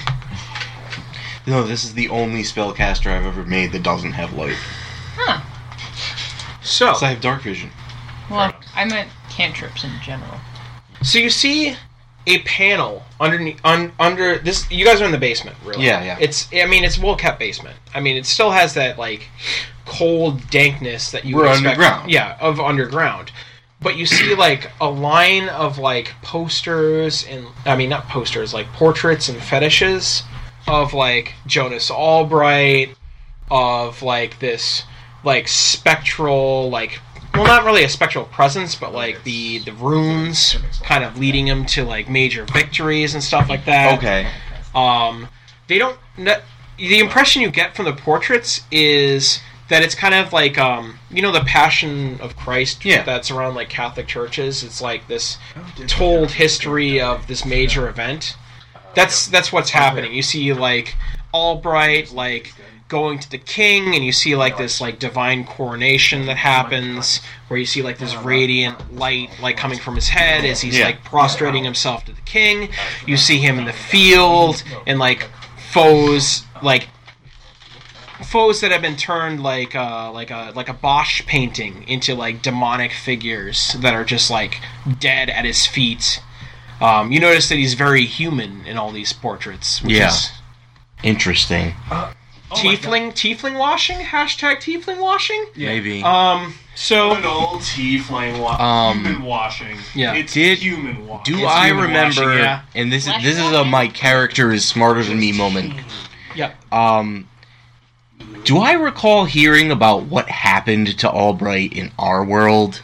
H: No, this is the only spellcaster I've ever made that doesn't have light.
D: so
H: Because I have dark vision.
G: Well, I meant cantrips in general.
D: so you see a panel underneath un, under this you guys are in the basement really
H: Yeah, yeah.
D: it's i mean it's well kept basement i mean it still has that like cold dankness that you
H: We're
D: would expect-
H: underground.
D: yeah of underground but you see like a line of like posters and i mean not posters like portraits and fetishes of like jonas albright of like this like spectral like well not really a spectral presence but like the the runes kind of leading him to like major victories and stuff like that
H: Okay.
D: um they don't ne- the impression you get from the portraits is that it's kind of like um you know the passion of christ
H: Yeah.
D: that's around like catholic churches it's like this told history of this major event that's that's what's happening. You see like Albright like going to the king, and you see like this like divine coronation that happens, where you see like this radiant light like coming from his head as he's
H: Yeah.
D: like prostrating himself to the king. You see him in the field and like foes like foes that have been turned like uh like a like a Bosch painting into like demonic figures that are just like dead at his feet Um, you notice that he's very human in all these portraits, which
H: Yeah.
D: is
H: Interesting.
D: tiefling tiefling washing hashtag tiefling washing.
H: Maybe.
D: Um, so
I: An old tiefling wa-
H: Um,
I: human washing.
D: yeah.
I: It's
H: Did-
I: human washing.
H: Do
D: It's
H: I
D: human
H: remember?
D: washing, yeah.
H: And this is this is a my character is smarter than me moment.
D: Yep.
H: Um, do I recall hearing about what happened to Albright in our world?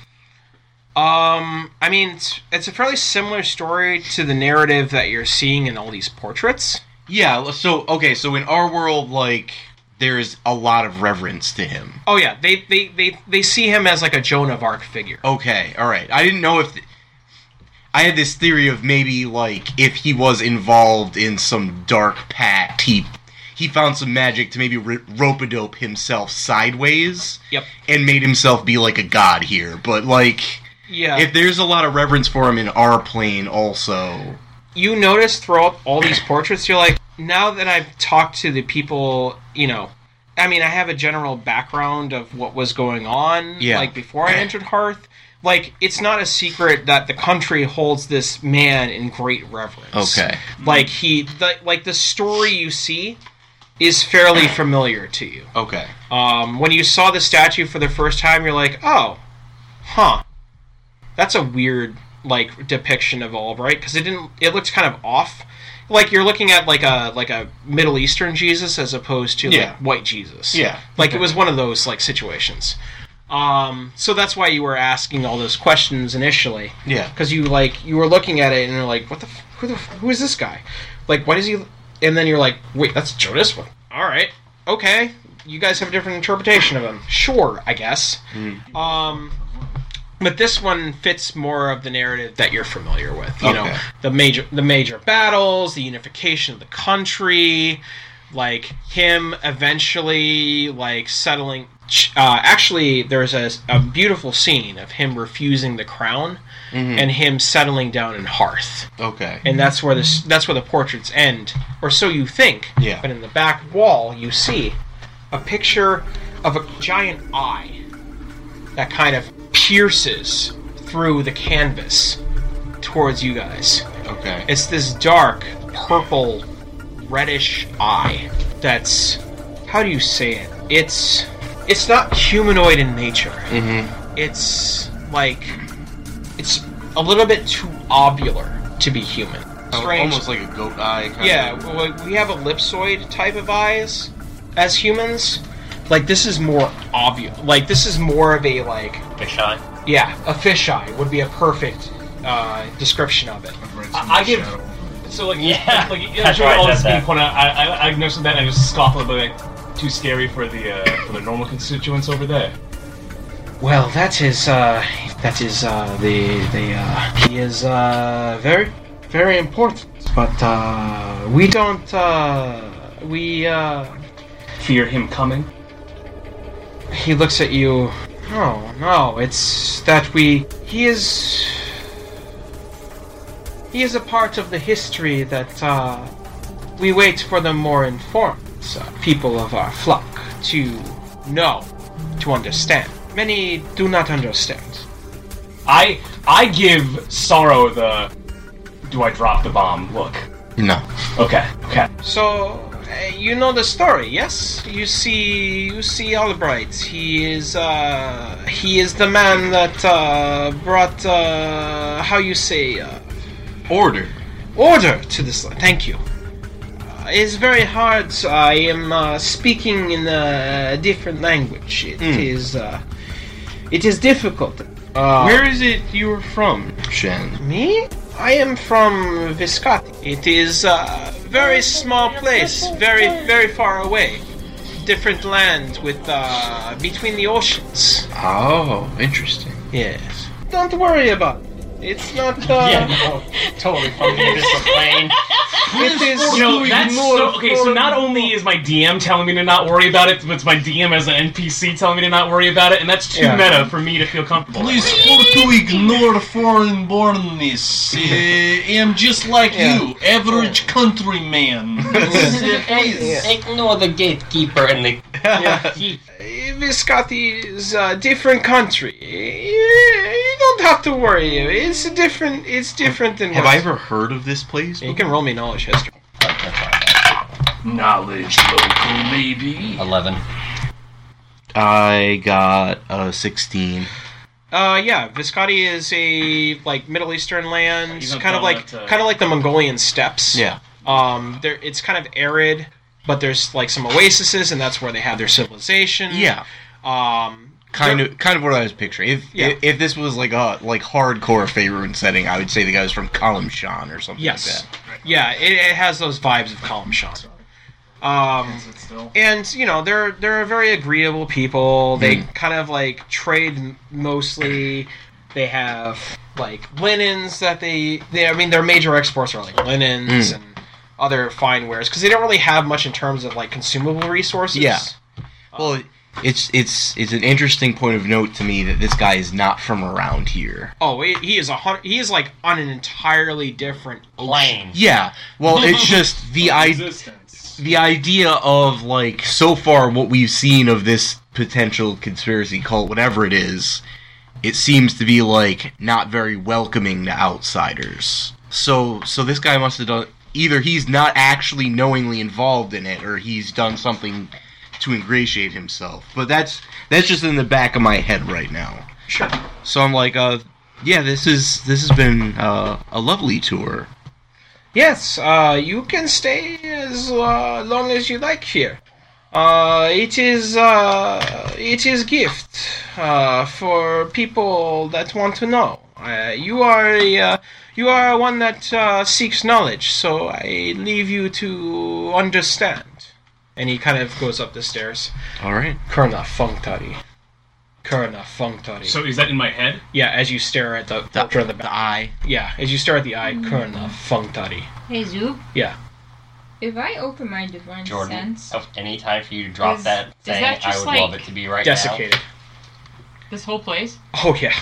D: Um, I mean, it's, it's a fairly similar story to the narrative that you're seeing in all these portraits.
H: Yeah. So okay. So in our world, like there's a lot of reverence to him.
D: Oh yeah, they they, they, they see him as like a Joan of Arc figure.
H: Okay. All right. I didn't know if. I had this theory of maybe like if he was involved in some dark pact, he he found some magic to maybe r- rope a dope himself sideways.
D: Yep.
H: and made himself be like a god here. But like,
D: Yeah.
H: if there's a lot of reverence for him in our plane, also,
D: you notice throughout all these portraits, you're like, now that I've talked to the people, you know, I mean, I have a general background of what was going on,
H: Yeah.
D: like before I entered Hearth. Like, it's not a secret that the country holds this man in great reverence.
H: Okay.
D: Like he, the, like the story you see is fairly familiar to you.
H: okay,
D: Um, when you saw the statue for the first time, you're like, oh, huh, that's a weird like depiction of Albright because it didn't. It looked kind of off. Like you're looking at like a like a Middle Eastern Jesus as opposed to
H: Yeah.
D: like white Jesus.
H: Yeah.
D: like it was one of those like situations. Um, so that's why you were asking all those questions initially
H: yeah,
D: because you like you were looking at it and you're like, what the f- who the f- who is this guy? Like, why does he? And then you're like, wait, that's Jonas one. All right, okay. You guys have a different interpretation of him. Sure, I guess. Um, but this one fits more of the narrative that you're familiar with. You know,
H: Okay.
D: the major the major battles, the unification of the country, like him eventually like settling. Uh, actually, there's a, a beautiful scene of him refusing the crown and him settling down in Hearth,
H: okay,
D: and that's where this that's where the portraits end, or so you think.
H: Yeah.
D: But in the back wall, you see a picture of a giant eye that kind of pierces through the canvas towards you guys.
H: okay,
D: It's this dark purple reddish eye that's how do you say it? It's it's not humanoid in nature. Mm-hmm. It's like it's a little bit too ovular to be human. Strange.
H: Oh, almost like a goat eye. Kind
D: yeah,
H: of.
D: w- we have ellipsoid type of eyes as humans. Like this is more obvious. Like this is more of a like
F: Fish eye.
D: yeah, a fisheye would be a perfect uh, description of it.
C: I, I give. So like
F: Yeah,
C: like
F: that's
C: actually
F: why I
C: all
F: said
C: this being
F: that.
C: pointed out, I, I I mentioned that and I just scoffed a little bit. Like, too scary for the uh, for the normal constituents over there.
D: Well, that is uh, that is uh, the the uh, he is uh, very very important, but uh, we don't uh, we uh,
C: Fear him coming.
D: he looks at you. No, no, it's that we he is he is a part of the history that uh, we wait for the more informed uh, people of our flock to know to understand. Many do not understand.
C: I I give sorrow the. Do I drop the bomb? Look.
H: No,
C: Okay. Okay.
D: So uh, you know the story, yes? You see, you see Albright. He is, uh, he is the man that uh, brought, uh, how you say, uh,
H: order.
D: order to this. land. Thank you. Uh, it's very hard. I am uh, speaking in a different language. It
H: Hmm.
D: is, uh, it is difficult. Uh,
H: Where is it you're from, Shen?
D: me? I am from Viscati. It is a very small place, very, very far away. Different land with, uh, between the oceans.
H: Oh, interesting.
D: Yes. Don't worry about it. It's not, uh,
F: Yeah, no, totally fucking disappointed.
D: it is,
C: You know, that's so, okay. So not only is my DM telling me to not worry about it, but it's my DM as an NPC telling me to not worry about it, and that's too
D: Yeah.
C: meta for me to feel comfortable.
I: Please for to ignore foreign bornness. I am just like
D: Yeah.
I: you, average countryman.
F: Ignore the gatekeeper and the
D: Viscati is a different country. you don't have to worry. It's different. It's different than.
H: Have
D: what-
H: I ever heard of this place?
D: You can roll me knowledge history.
I: Knowledge local, maybe.
F: 11.
H: I got a 16.
D: Uh, yeah, Viscotti is a like Middle Eastern land,
C: He's not
D: kind of
C: going
D: like
C: up to-
D: kind of like the Mongolian steppes.
H: Yeah.
D: Um, there it's kind of arid, but there's like some oases, and that's where they have their civilization.
H: Yeah.
D: Um,
H: Kind of, kind of what I was picturing. If
D: Yeah.
H: if, if this was like a like hardcore Faerun setting, I would say the guy was from Kalimshan or something
D: Yes.
H: like
D: Yeah, it, it has those vibes of Column Sean. Um,
C: Is it still?
D: and you know they're they're very agreeable people. They kind of like trade m- mostly. They have like linens that they they I mean their major exports are like linens
H: Mm.
D: and other fine wares because they don't really have much in terms of like consumable resources.
H: Yeah. that. Uh, Well, it's it's it's an interesting point of note to me that this guy is not from around here.
D: Oh, he he is a hun- he is like on an entirely different
F: Lane.
H: Yeah. Well, it's just the idea.
C: Resistance.
H: the idea of like so far what we've seen of this potential conspiracy cult whatever it is it seems to be like not very welcoming to outsiders so so this guy must have done either he's not actually knowingly involved in it or he's done something to ingratiate himself but that's that's just in the back of my head right now
D: Sure.
H: so i'm like uh yeah this is this has been uh, a lovely tour
D: Yes, uh, you can stay as uh, long as you like here. Uh, it is uh, it is gift uh, for people that want to know. Uh, you are a, uh, you are one that uh, seeks knowledge, so I leave you to understand. And he kind of goes up the stairs.
H: all right
D: Kurna functari. Kurna functari.
C: So is that in my head?
D: yeah, as you stare at the portrait of the
H: the
D: back. Hmm.
H: eye
D: Yeah, as you stare at the eye, Kurna functari.
G: Hey, Zoop.
D: Yeah.
G: If I open my divine
F: Jordan,
G: sense,
F: if any time for you to drop
G: Is-
F: that
G: does
F: thing,
G: that
F: I
G: just,
F: would
G: like,
F: love it to be right
D: Desiccated.
G: this whole place.
D: Oh yeah.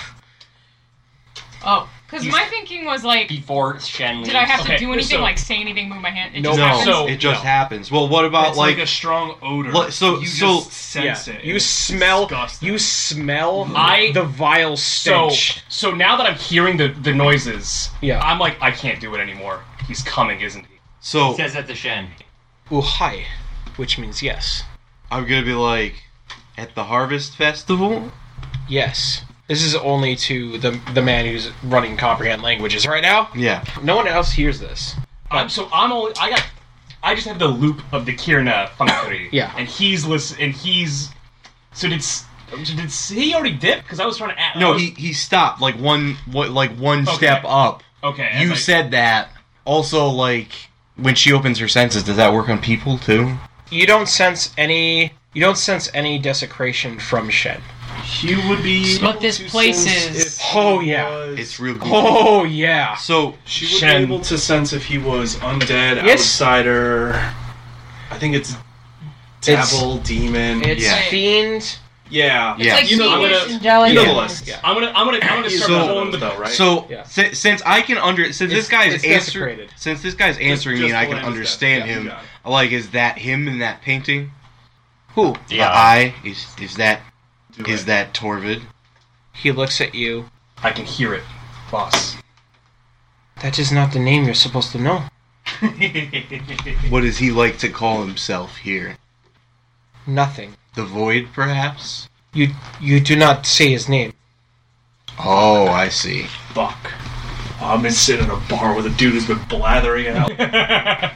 G: Oh, because
F: You-
G: my thinking was
F: now.
G: like,
F: Before Shen leaves.
G: did I have
C: Okay,
G: to do anything
C: so-
G: like say anything, move my hand? It
D: No,
G: just
D: no.
G: happens.
C: So-
H: it just
D: No.
H: happens well what about
I: It's like, a strong odor.
H: Uh, What- so-
I: you
H: so-
I: just sense
D: yeah.
I: it.
D: You
I: It's
D: smell.
I: disgusting. Mm-hmm.
D: You smell
C: I-
D: the vile
C: So
D: stench.
C: so now that I'm hearing the the noises,
D: Yeah.
C: I'm like I can't do it anymore. He's coming, isn't he?
H: So
F: Says that to Shen.
D: Uhai, which means yes,
H: I'm gonna be like, at the Harvest Festival.
D: yes. This is only to the the man who's running comprehend languages right now.
H: Yeah.
D: No one else hears this.
C: I'm, Um, so I'm only I got I just have the loop of the Kirna Functory.
D: Yeah.
C: And he's listen and he's so did S- so did S- he already dip? Because I was trying to add. I
H: No,
C: was-
H: he he stopped like one what like one
C: Oh. Okay.
H: step up.
C: Okay. as
H: You
C: I-
H: said that. Also, like when she opens her senses, does that work on people too?
D: You don't sense any. You don't sense any desecration from Shen.
Q: He would be.
G: But this
Q: able to
G: place
Q: sense
G: is-
Q: if
D: Oh,
Q: he
D: yeah.
Q: was-
H: It's real.
D: Oh yeah.
H: So
Q: She would
C: Shen.
Q: be able to sense if he was undead,
D: Yes.
Q: outsider. I think it's
D: It's-
Q: devil, demon.
D: It's
H: Yeah.
D: fiend.
Q: yeah.
G: It's
H: yeah.
G: like
C: You know, I'm
G: fiendish
C: gonna-
G: intelligence.
Q: You know the list.
D: Yeah.
C: I'm gonna I'm gonna I'm gonna
Q: He's
C: start
H: so-
C: pulling the
Q: though, right?
H: So
D: Yeah.
H: si- since I can under since
D: It's-
H: this guy is
D: it's
H: answering
D: desecrated.
H: since this guy's answering
Q: just
H: me and I
Q: the
H: can
Q: land is dead.
H: understand
Q: Yeah, you
H: him,
Q: got it.
H: like is that him in that painting? Who?
F: Yeah.
H: The eye is is that
Q: Do
H: is
Q: it.
H: that Torvid?
D: He looks at you.
C: I can hear it, boss.
D: That is not the name you're supposed to know.
H: What does he like to call himself here?
D: Nothing.
H: The Void, perhaps?
D: You you do not say his name.
H: Oh, I see.
Q: fuck? I've been sitting in a bar with a dude who's been blathering it out.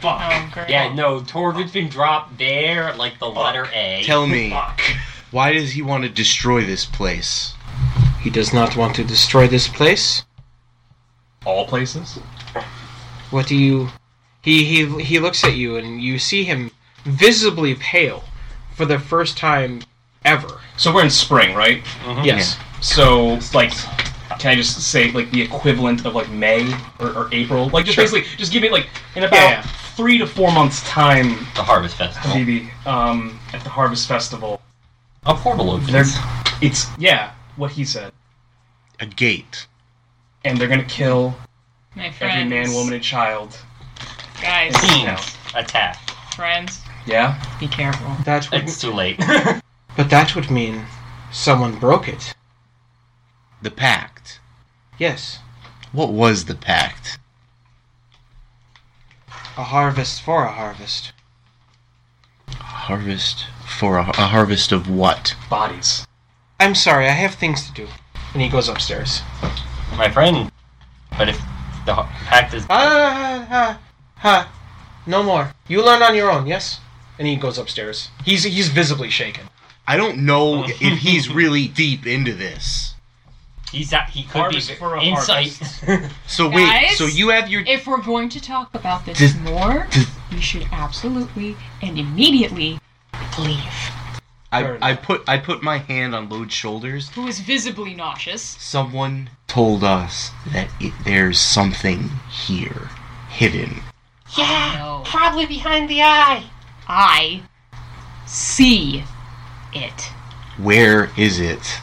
C: Fuck.
G: Oh, great.
F: Yeah, no, Torvid's been dropped there, like the letter A.
H: Tell me,
Q: fuck.
H: why does he want to destroy this place?
D: He does not want to destroy this place.
C: All places.
D: What do you? He he he looks at you, and you see him visibly pale for the first time ever.
C: So we're in spring, right?
D: Yes.
C: So like, can I just say like the equivalent of like May or, or April? Like just
D: Sure.
C: basically just give me like in about
D: Yeah, yeah.
C: three to four months time,
F: The Harvest Festival.
C: maybe um, at the Harvest Festival.
F: A portal
C: They're
F: opens.
C: it's yeah what he said,
H: A gate.
C: and they're gonna kill
G: my friends,
C: every man, woman, and child.
G: guys,
F: Fiends attack.
G: friends,
C: Yeah.
G: be careful.
D: That would,
F: It's too late.
D: but that would mean someone broke it.
H: The pact.
D: Yes,
H: What was the pact?
D: a harvest for a harvest.
H: Harvest for a, a harvest of what?
C: Bodies.
D: I'm sorry, I have things to do. And he goes upstairs.
F: My friend. But if the ho- pact is.
D: Ah, ha, ha. No more. You learn on your own, yes? And he goes upstairs. He's he's visibly shaken.
E: I don't know if he's really deep into this.
F: He's at, he could
C: Harvest
F: be.
C: for a
F: insight.
H: So wait,
G: Guys?
H: so you have your
G: If we're going to talk about this
H: Does-
G: more,
H: does-
G: we should absolutely and immediately leave.
D: Fair
H: I, I
D: enough.
H: put I put my hand on Lode's shoulders.
G: Who is visibly nauseous?
H: Someone told us that it, there's something here hidden.
G: No.
F: Probably behind the eye.
G: I see it.
H: Where is it?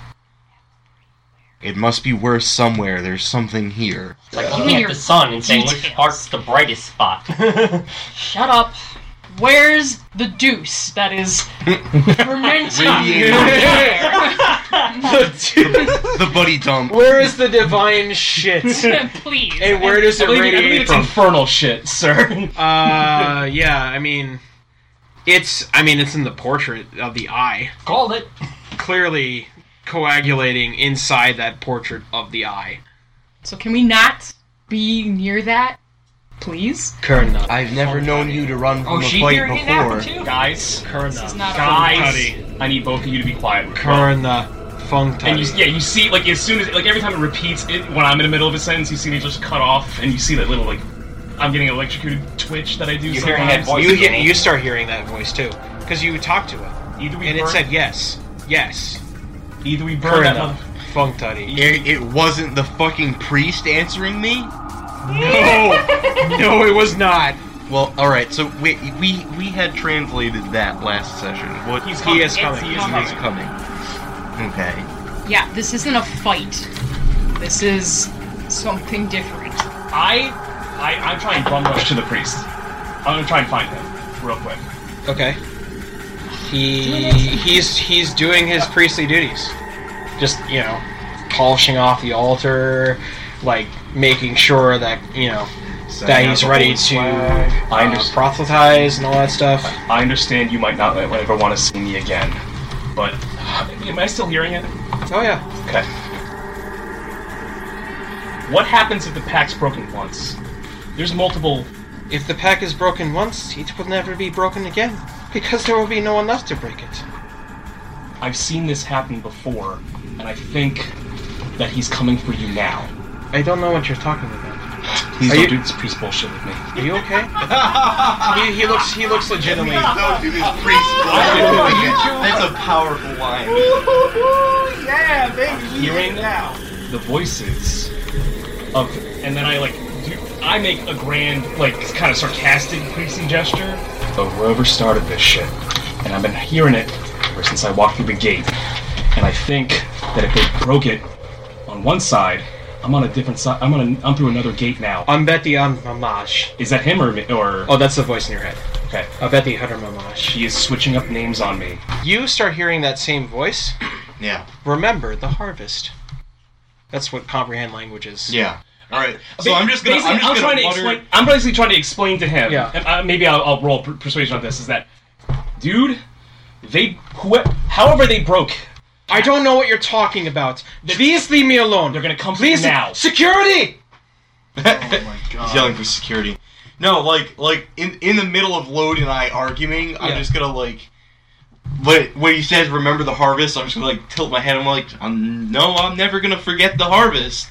H: It must be worse somewhere. There's something here.
F: It's like
G: and
F: looking at
G: your
F: the sun and saying which
G: details.
F: part's the brightest spot.
G: Shut up. Where's the deuce that is fermenting?
H: The buddy dump.
D: Where is the divine shit?
G: Please.
D: And where does
C: I
D: it
C: believe, I believe
D: radiate
C: it's
D: from?
C: infernal shit, sir.
D: Uh, yeah. I mean, it's. I mean, it's in the portrait of the eye,
F: Called it.
D: clearly coagulating inside that portrait of the eye.
G: So can we not be near that, please?
D: Kurna.
H: I've never known you to run from
F: Oh,
H: a
F: she
H: fight
F: hearing it now
H: before.
F: too.
C: Guys,
G: It's
D: Kurna.
G: not
C: guys, I need both of you to be quiet.
D: Kurna.
C: And you,
D: Functari.
C: yeah, you see, like as soon as, like every time it repeats, it when I'm in the middle of a sentence, you see me just cut off, and you see that little like, I'm getting electrocuted twitch that I do.
F: You're hearing
C: sometimes.
F: that voice.
D: You hear- you start hearing that voice too, because you talked to it,
C: Either we
D: and
C: burn,
D: it said yes, yes.
C: either we burn that.
D: Kurna.
C: mother-
D: Functari.
H: It, it wasn't the fucking priest answering me.
D: No, no, it was not.
H: Well, all right. So we we we had translated that last session. What
C: He's
D: He is
C: It's-
D: coming.
C: he
D: He
C: is
D: is
H: is coming? Okay.
G: Yeah, this isn't a fight. This is something different.
C: I, I, I'm trying to bum rush to the priest. I'm gonna try and find him real quick.
D: Okay. He he's he's doing his priestly duties. Just, you know, polishing off the altar, like making sure that, you know, that he's ready to
C: I
D: uh,
C: understand.
D: proselytize and all that stuff.
C: I understand you might not ever want to see me again, but am I still hearing it?
D: Oh yeah.
C: Okay. What happens if the pack's broken once? There's multiple.
D: If the pack is broken once, it will never be broken again. Because there will be no one left to break it.
C: I've seen this happen before, and I think that he's coming for you now.
D: I don't know what you're talking about.
C: Please
D: Are
C: don't
D: you-
C: do this priest bullshit with me.
D: Are you okay? he, he looks he looks legitimately
E: Don't do this priest. That's a powerful line.
C: Hearing now the voices of, and then I like, do, I make a grand, like, kind of sarcastic priestly gesture. But whoever started this shit, and I've been hearing it ever since I walked through the gate, and I think that if they broke it on one side, I'm on a different side. I'm on. A, I'm through another gate now.
D: Ambeti Am Mamash.
C: Is that him or me- or
D: Oh, that's the voice in your head.
C: okay?
D: Abeti Hunter Mamash.
C: He is switching up names on me.
D: You start hearing that same voice.
E: Yeah.
D: Remember the harvest. That's what comprehend language is.
E: Yeah. All right. So I'm just gonna.
C: Basically,
E: I'm just gonna
C: trying to
E: mutter-
C: explain. I'm basically trying to explain to him.
D: Yeah.
C: And, uh, maybe I'll, I'll roll per- persuasion on this. Is that, dude? They who, however they broke.
D: I don't know what you're talking about. Please leave me alone.
C: They're gonna come for you
D: Please
C: now.
D: Security.
C: Oh
E: He's yelling for security. No, like like in in the middle of Lode and I arguing, I'm
D: Yeah.
E: just gonna like. But when he says "remember the harvest," I'm just gonna like tilt my head. I'm like, I'm, no, I'm never gonna forget the harvest.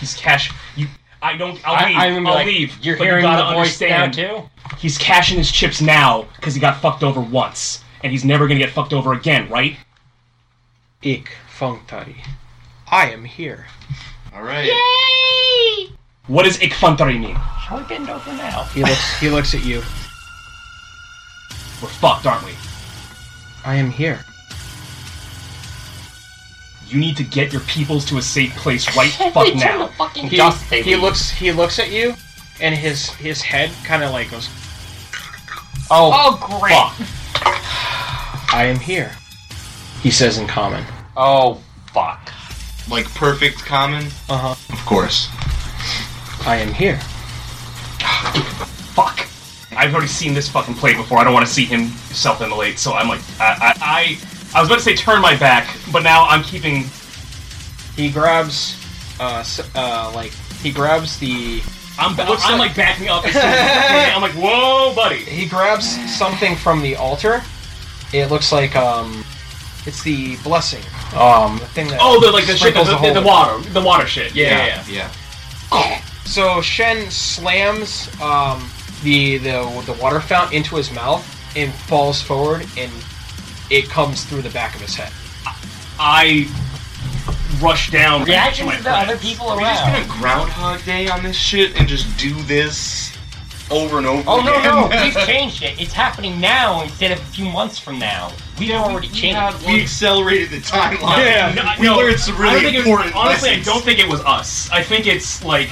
C: He's cash. You. I don't. I'll
F: I,
C: leave.
F: I'm gonna be
C: will
F: like,
C: leave.
F: You're
C: but
F: hearing
C: you gotta
F: the voice now
C: understand.
F: too.
C: He's cashing his chips now because he got fucked over once, and he's never gonna get fucked over again, right?
D: Ik Fongtari. I am here.
E: All right.
C: What does ikfantari mean?
F: Shall we bend over now?
D: He looks he looks at you.
C: We're fucked, aren't we?
D: I am here.
C: You need to get your peoples to a safe place right fuck now.
F: Fucking
D: He,
F: just say
D: he
F: we-
D: looks he looks at you and his his head kinda like goes
F: Oh,
G: Oh, great.
C: Fuck.
D: I am here. He says in common.
F: oh, fuck.
H: Like perfect common?
C: Uh-huh.
D: Uh huh.
R: Of course.
D: I am here.
C: Fuck. I've already seen this fucking play before. I don't want to see him self-immolate. So I'm like, I, I, I, I was about to say turn my back, but now I'm keeping.
D: He grabs, uh, s- uh, like he grabs the.
C: I'm,
D: It looks
C: I'm
D: like-
C: like, backing up. As soon as I'm like, whoa, buddy.
D: He grabs something from the altar. It looks like um, it's the blessing. Um, the thing that.
C: Oh, the like the shit, the,
D: sprinkles
C: the,
D: the
C: the,
D: whole-
C: water, the water shit. Yeah, yeah, yeah.
R: Yeah.
D: So Shen slams um, the the the water fountain into his mouth and falls forward, and it comes through the back of his head.
C: I rush down.
F: Reactions
C: to my
F: to the other
C: friends.
F: people
H: Are we just gonna
F: around.
H: Groundhog Day on this shit and just do this over and over
F: Oh no
H: again?
F: no! We've changed it. It's happening now instead of a few months from now. We've already
H: We
F: changed.
H: had- we accelerated the timeline.
C: No, I-
H: we
C: no,
H: learned some
C: I don't
H: really
C: think it was-
H: important
C: honestly,
H: lessons.
C: I don't think it was us. I think it's like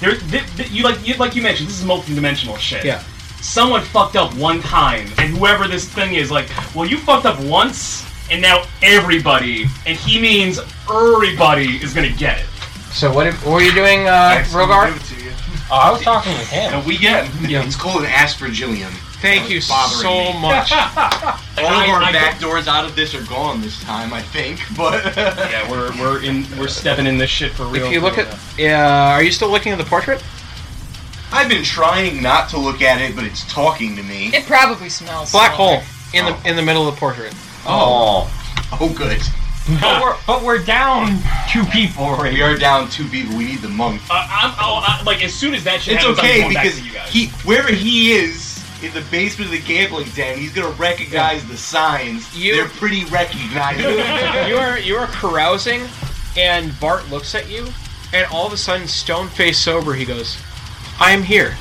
C: there. Th- th- you like you like you mentioned. This is multi-dimensional shit.
D: Yeah.
C: Someone fucked up one time, and whoever this thing is, like, well, you fucked up once, and now everybody, and he means everybody is gonna get it.
D: So what, if, what were you doing, uh,
H: Actually,
D: Rogar?
H: give it to you.
F: Oh, I was talking with him.
H: And we get it's called an aspergillium.
D: Thank
H: That
D: you
H: was bothering
D: so
H: me.
D: much.
H: All of
C: I-
H: our
C: I-
H: back doors out of this are gone this time, I think. But
C: Yeah, we're we're in we're stepping in this shit for real.
D: if you look at, uh, are you still looking at the portrait?
H: I've been trying not to look at it, but it's talking to me.
G: It probably smells.
D: Black
G: similar.
D: hole in the in the middle of the portrait.
F: Oh,
H: Oh, good.
F: but we're but we're down two people already.
H: We are down two people. We need the monk.
C: uh, I'm, oh, I, like as soon as that shit
H: It's
C: happens,
H: okay
C: I'm going
H: because
C: back to you guys.
H: he, wherever he is in the basement of the gambling den, he's gonna recognize the signs.
D: You-
H: They're pretty recognizable.
D: you are you are carousing, and Bart looks at you, and all of a sudden, stone face sober, he goes, "I am here."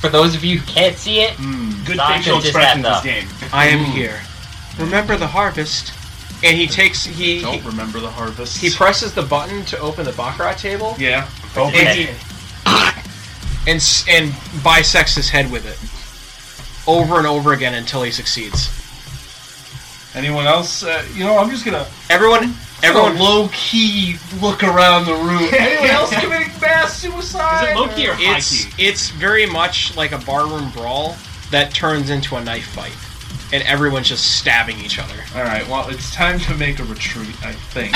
F: For those of you who can't see it,
Q: Mm.
C: Good
F: Doc
C: facial
F: is just
C: expression in
F: that
C: this
F: stuff.
C: game.
D: I am here. Remember the harvest. And he takes he
Q: Don't
D: he,
Q: remember the harvest.
D: he presses the button to open the baccarat table
Q: yeah.
D: and he, and s- and bisects his head with it over and over again until he succeeds.
Q: Anyone else? Uh, you know, I'm just gonna
D: Everyone
Q: everyone
D: everyone
Q: low key look around the room. Anyone else committing mass
C: Is
Q: suicide?
C: it low key or high
D: it's
C: key?
D: it's very much like a barroom brawl that turns into a knife fight and everyone's just stabbing each other.
Q: All right. Well, it's time to make a retreat. I think.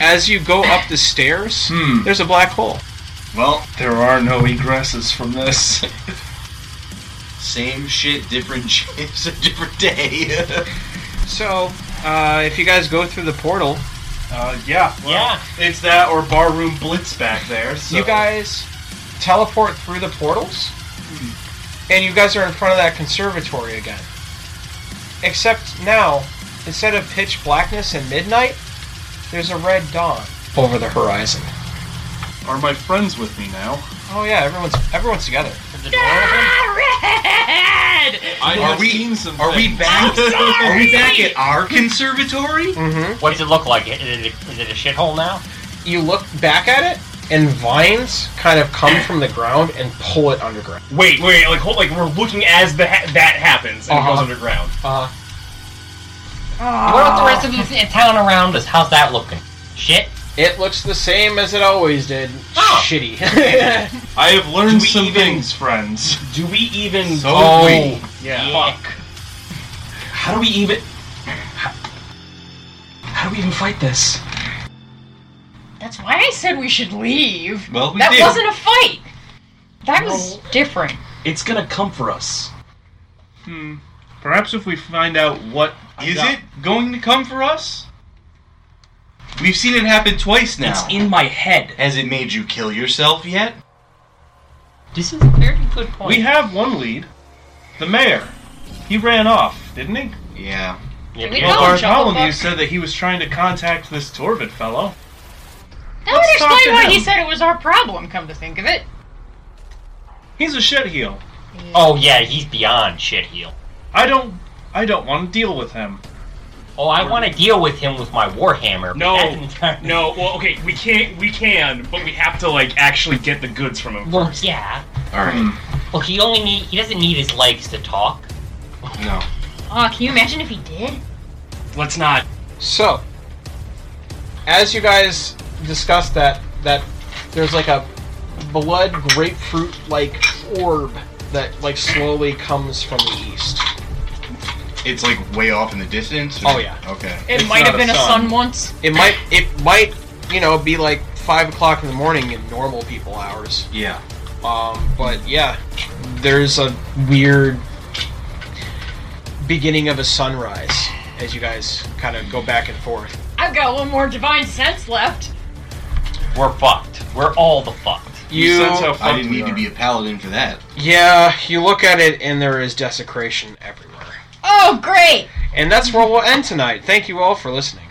D: As you go up the stairs,
Q: Hmm.
D: there's a black hole.
H: well,
Q: there are no egresses from this.
H: same shit, different chips, a different day.
D: So, uh, if you guys go through the portal,
Q: Uh, yeah. Well,
F: Yeah.
Q: It's that or barroom blitz back there. So.
D: you guys teleport through the portals, and you guys are in front of that conservatory again. Except now, instead of pitch blackness and midnight, there's a red dawn over the horizon.
Q: are my friends with me now?
D: Oh yeah, everyone's everyone's together.
G: Red!
Q: I
H: Are
Q: have
H: we-
Q: seen some
H: Are we
Q: things.
H: back? Are we back at our conservatory?
D: Mm-hmm.
F: what does it look like? Is it a, is it a shithole now?
D: You look back at it, and vines kind of come from the ground and pull it underground.
C: Wait, wait, like hold, like we're looking as the ha- that happens and
D: Uh-huh.
C: it goes underground.
D: Uh,
G: Ah.
F: What about the rest of the town around us? How's that looking? Shit.
D: it looks the same as it always did.
F: Oh.
D: Shitty.
Q: I have learned
C: Do we
Q: some
C: even-
Q: things, friends.
C: Do we even?
H: So
D: Oh.
H: we.
C: yeah.
F: Yeah.
C: Fuck. How do we even? How do we even fight this?
G: That's why I said we should leave.
H: Well, we
G: that
H: did.
G: wasn't a fight. That was different.
C: It's gonna come for us.
Q: Hmm. Perhaps if we find out what
H: Is
Q: got-
H: it?
Q: going to come for us?
H: We've seen it happen twice now.
C: It's in my head.
H: Has it made you kill yourself yet?
F: This is a very good point.
Q: We have one lead. The mayor. He ran off, didn't he?
H: Yeah.
F: Yeah, but-
G: we go?
Q: Well,
G: Oh, Shufflebuck.
Q: Bartholomew said that he was trying to contact this Torvid fellow.
G: That
Q: Let's
G: would
Q: talk to
G: explain why he
Q: him.
G: said it was our problem, come to think of it.
Q: He's a shitheel.
F: Oh yeah, he's beyond shit heel.
Q: I don't. I don't want to deal with him.
F: Oh, I want to deal with him with my warhammer. but
C: No.
F: that's entirely-
C: No, well, okay, we can't, we can, but we have to like actually get the goods from him.
F: Well, yeah.
H: All right.
F: Well, he only need. He doesn't need his legs to talk.
H: No.
G: Uh, Aw, can you imagine if he did?
C: Let's not.
D: So, as you guys discussed that, that there's like a blood grapefruit like orb that like slowly comes from the east.
E: It's like way off in the distance.
D: Oh, yeah.
E: Okay.
G: It
D: It's
G: might
D: not
G: have
D: a
G: been a
D: sun.
G: sun once.
D: It might, it might, you know, be like five o'clock in the morning in normal people hours.
E: Yeah.
D: Um, but yeah, there's a weird beginning of a sunrise as you guys kind of go back and forth.
G: I've got one more divine sense left.
F: We're fucked. We're all the fucked.
D: You,
I: sense how
E: I
I: fucked
E: didn't
I: we
E: need to
I: are.
E: be a paladin for that.
D: yeah, you look at it and there is desecration everywhere.
G: Oh, great!
D: And that's where we'll end tonight. Thank you all for listening.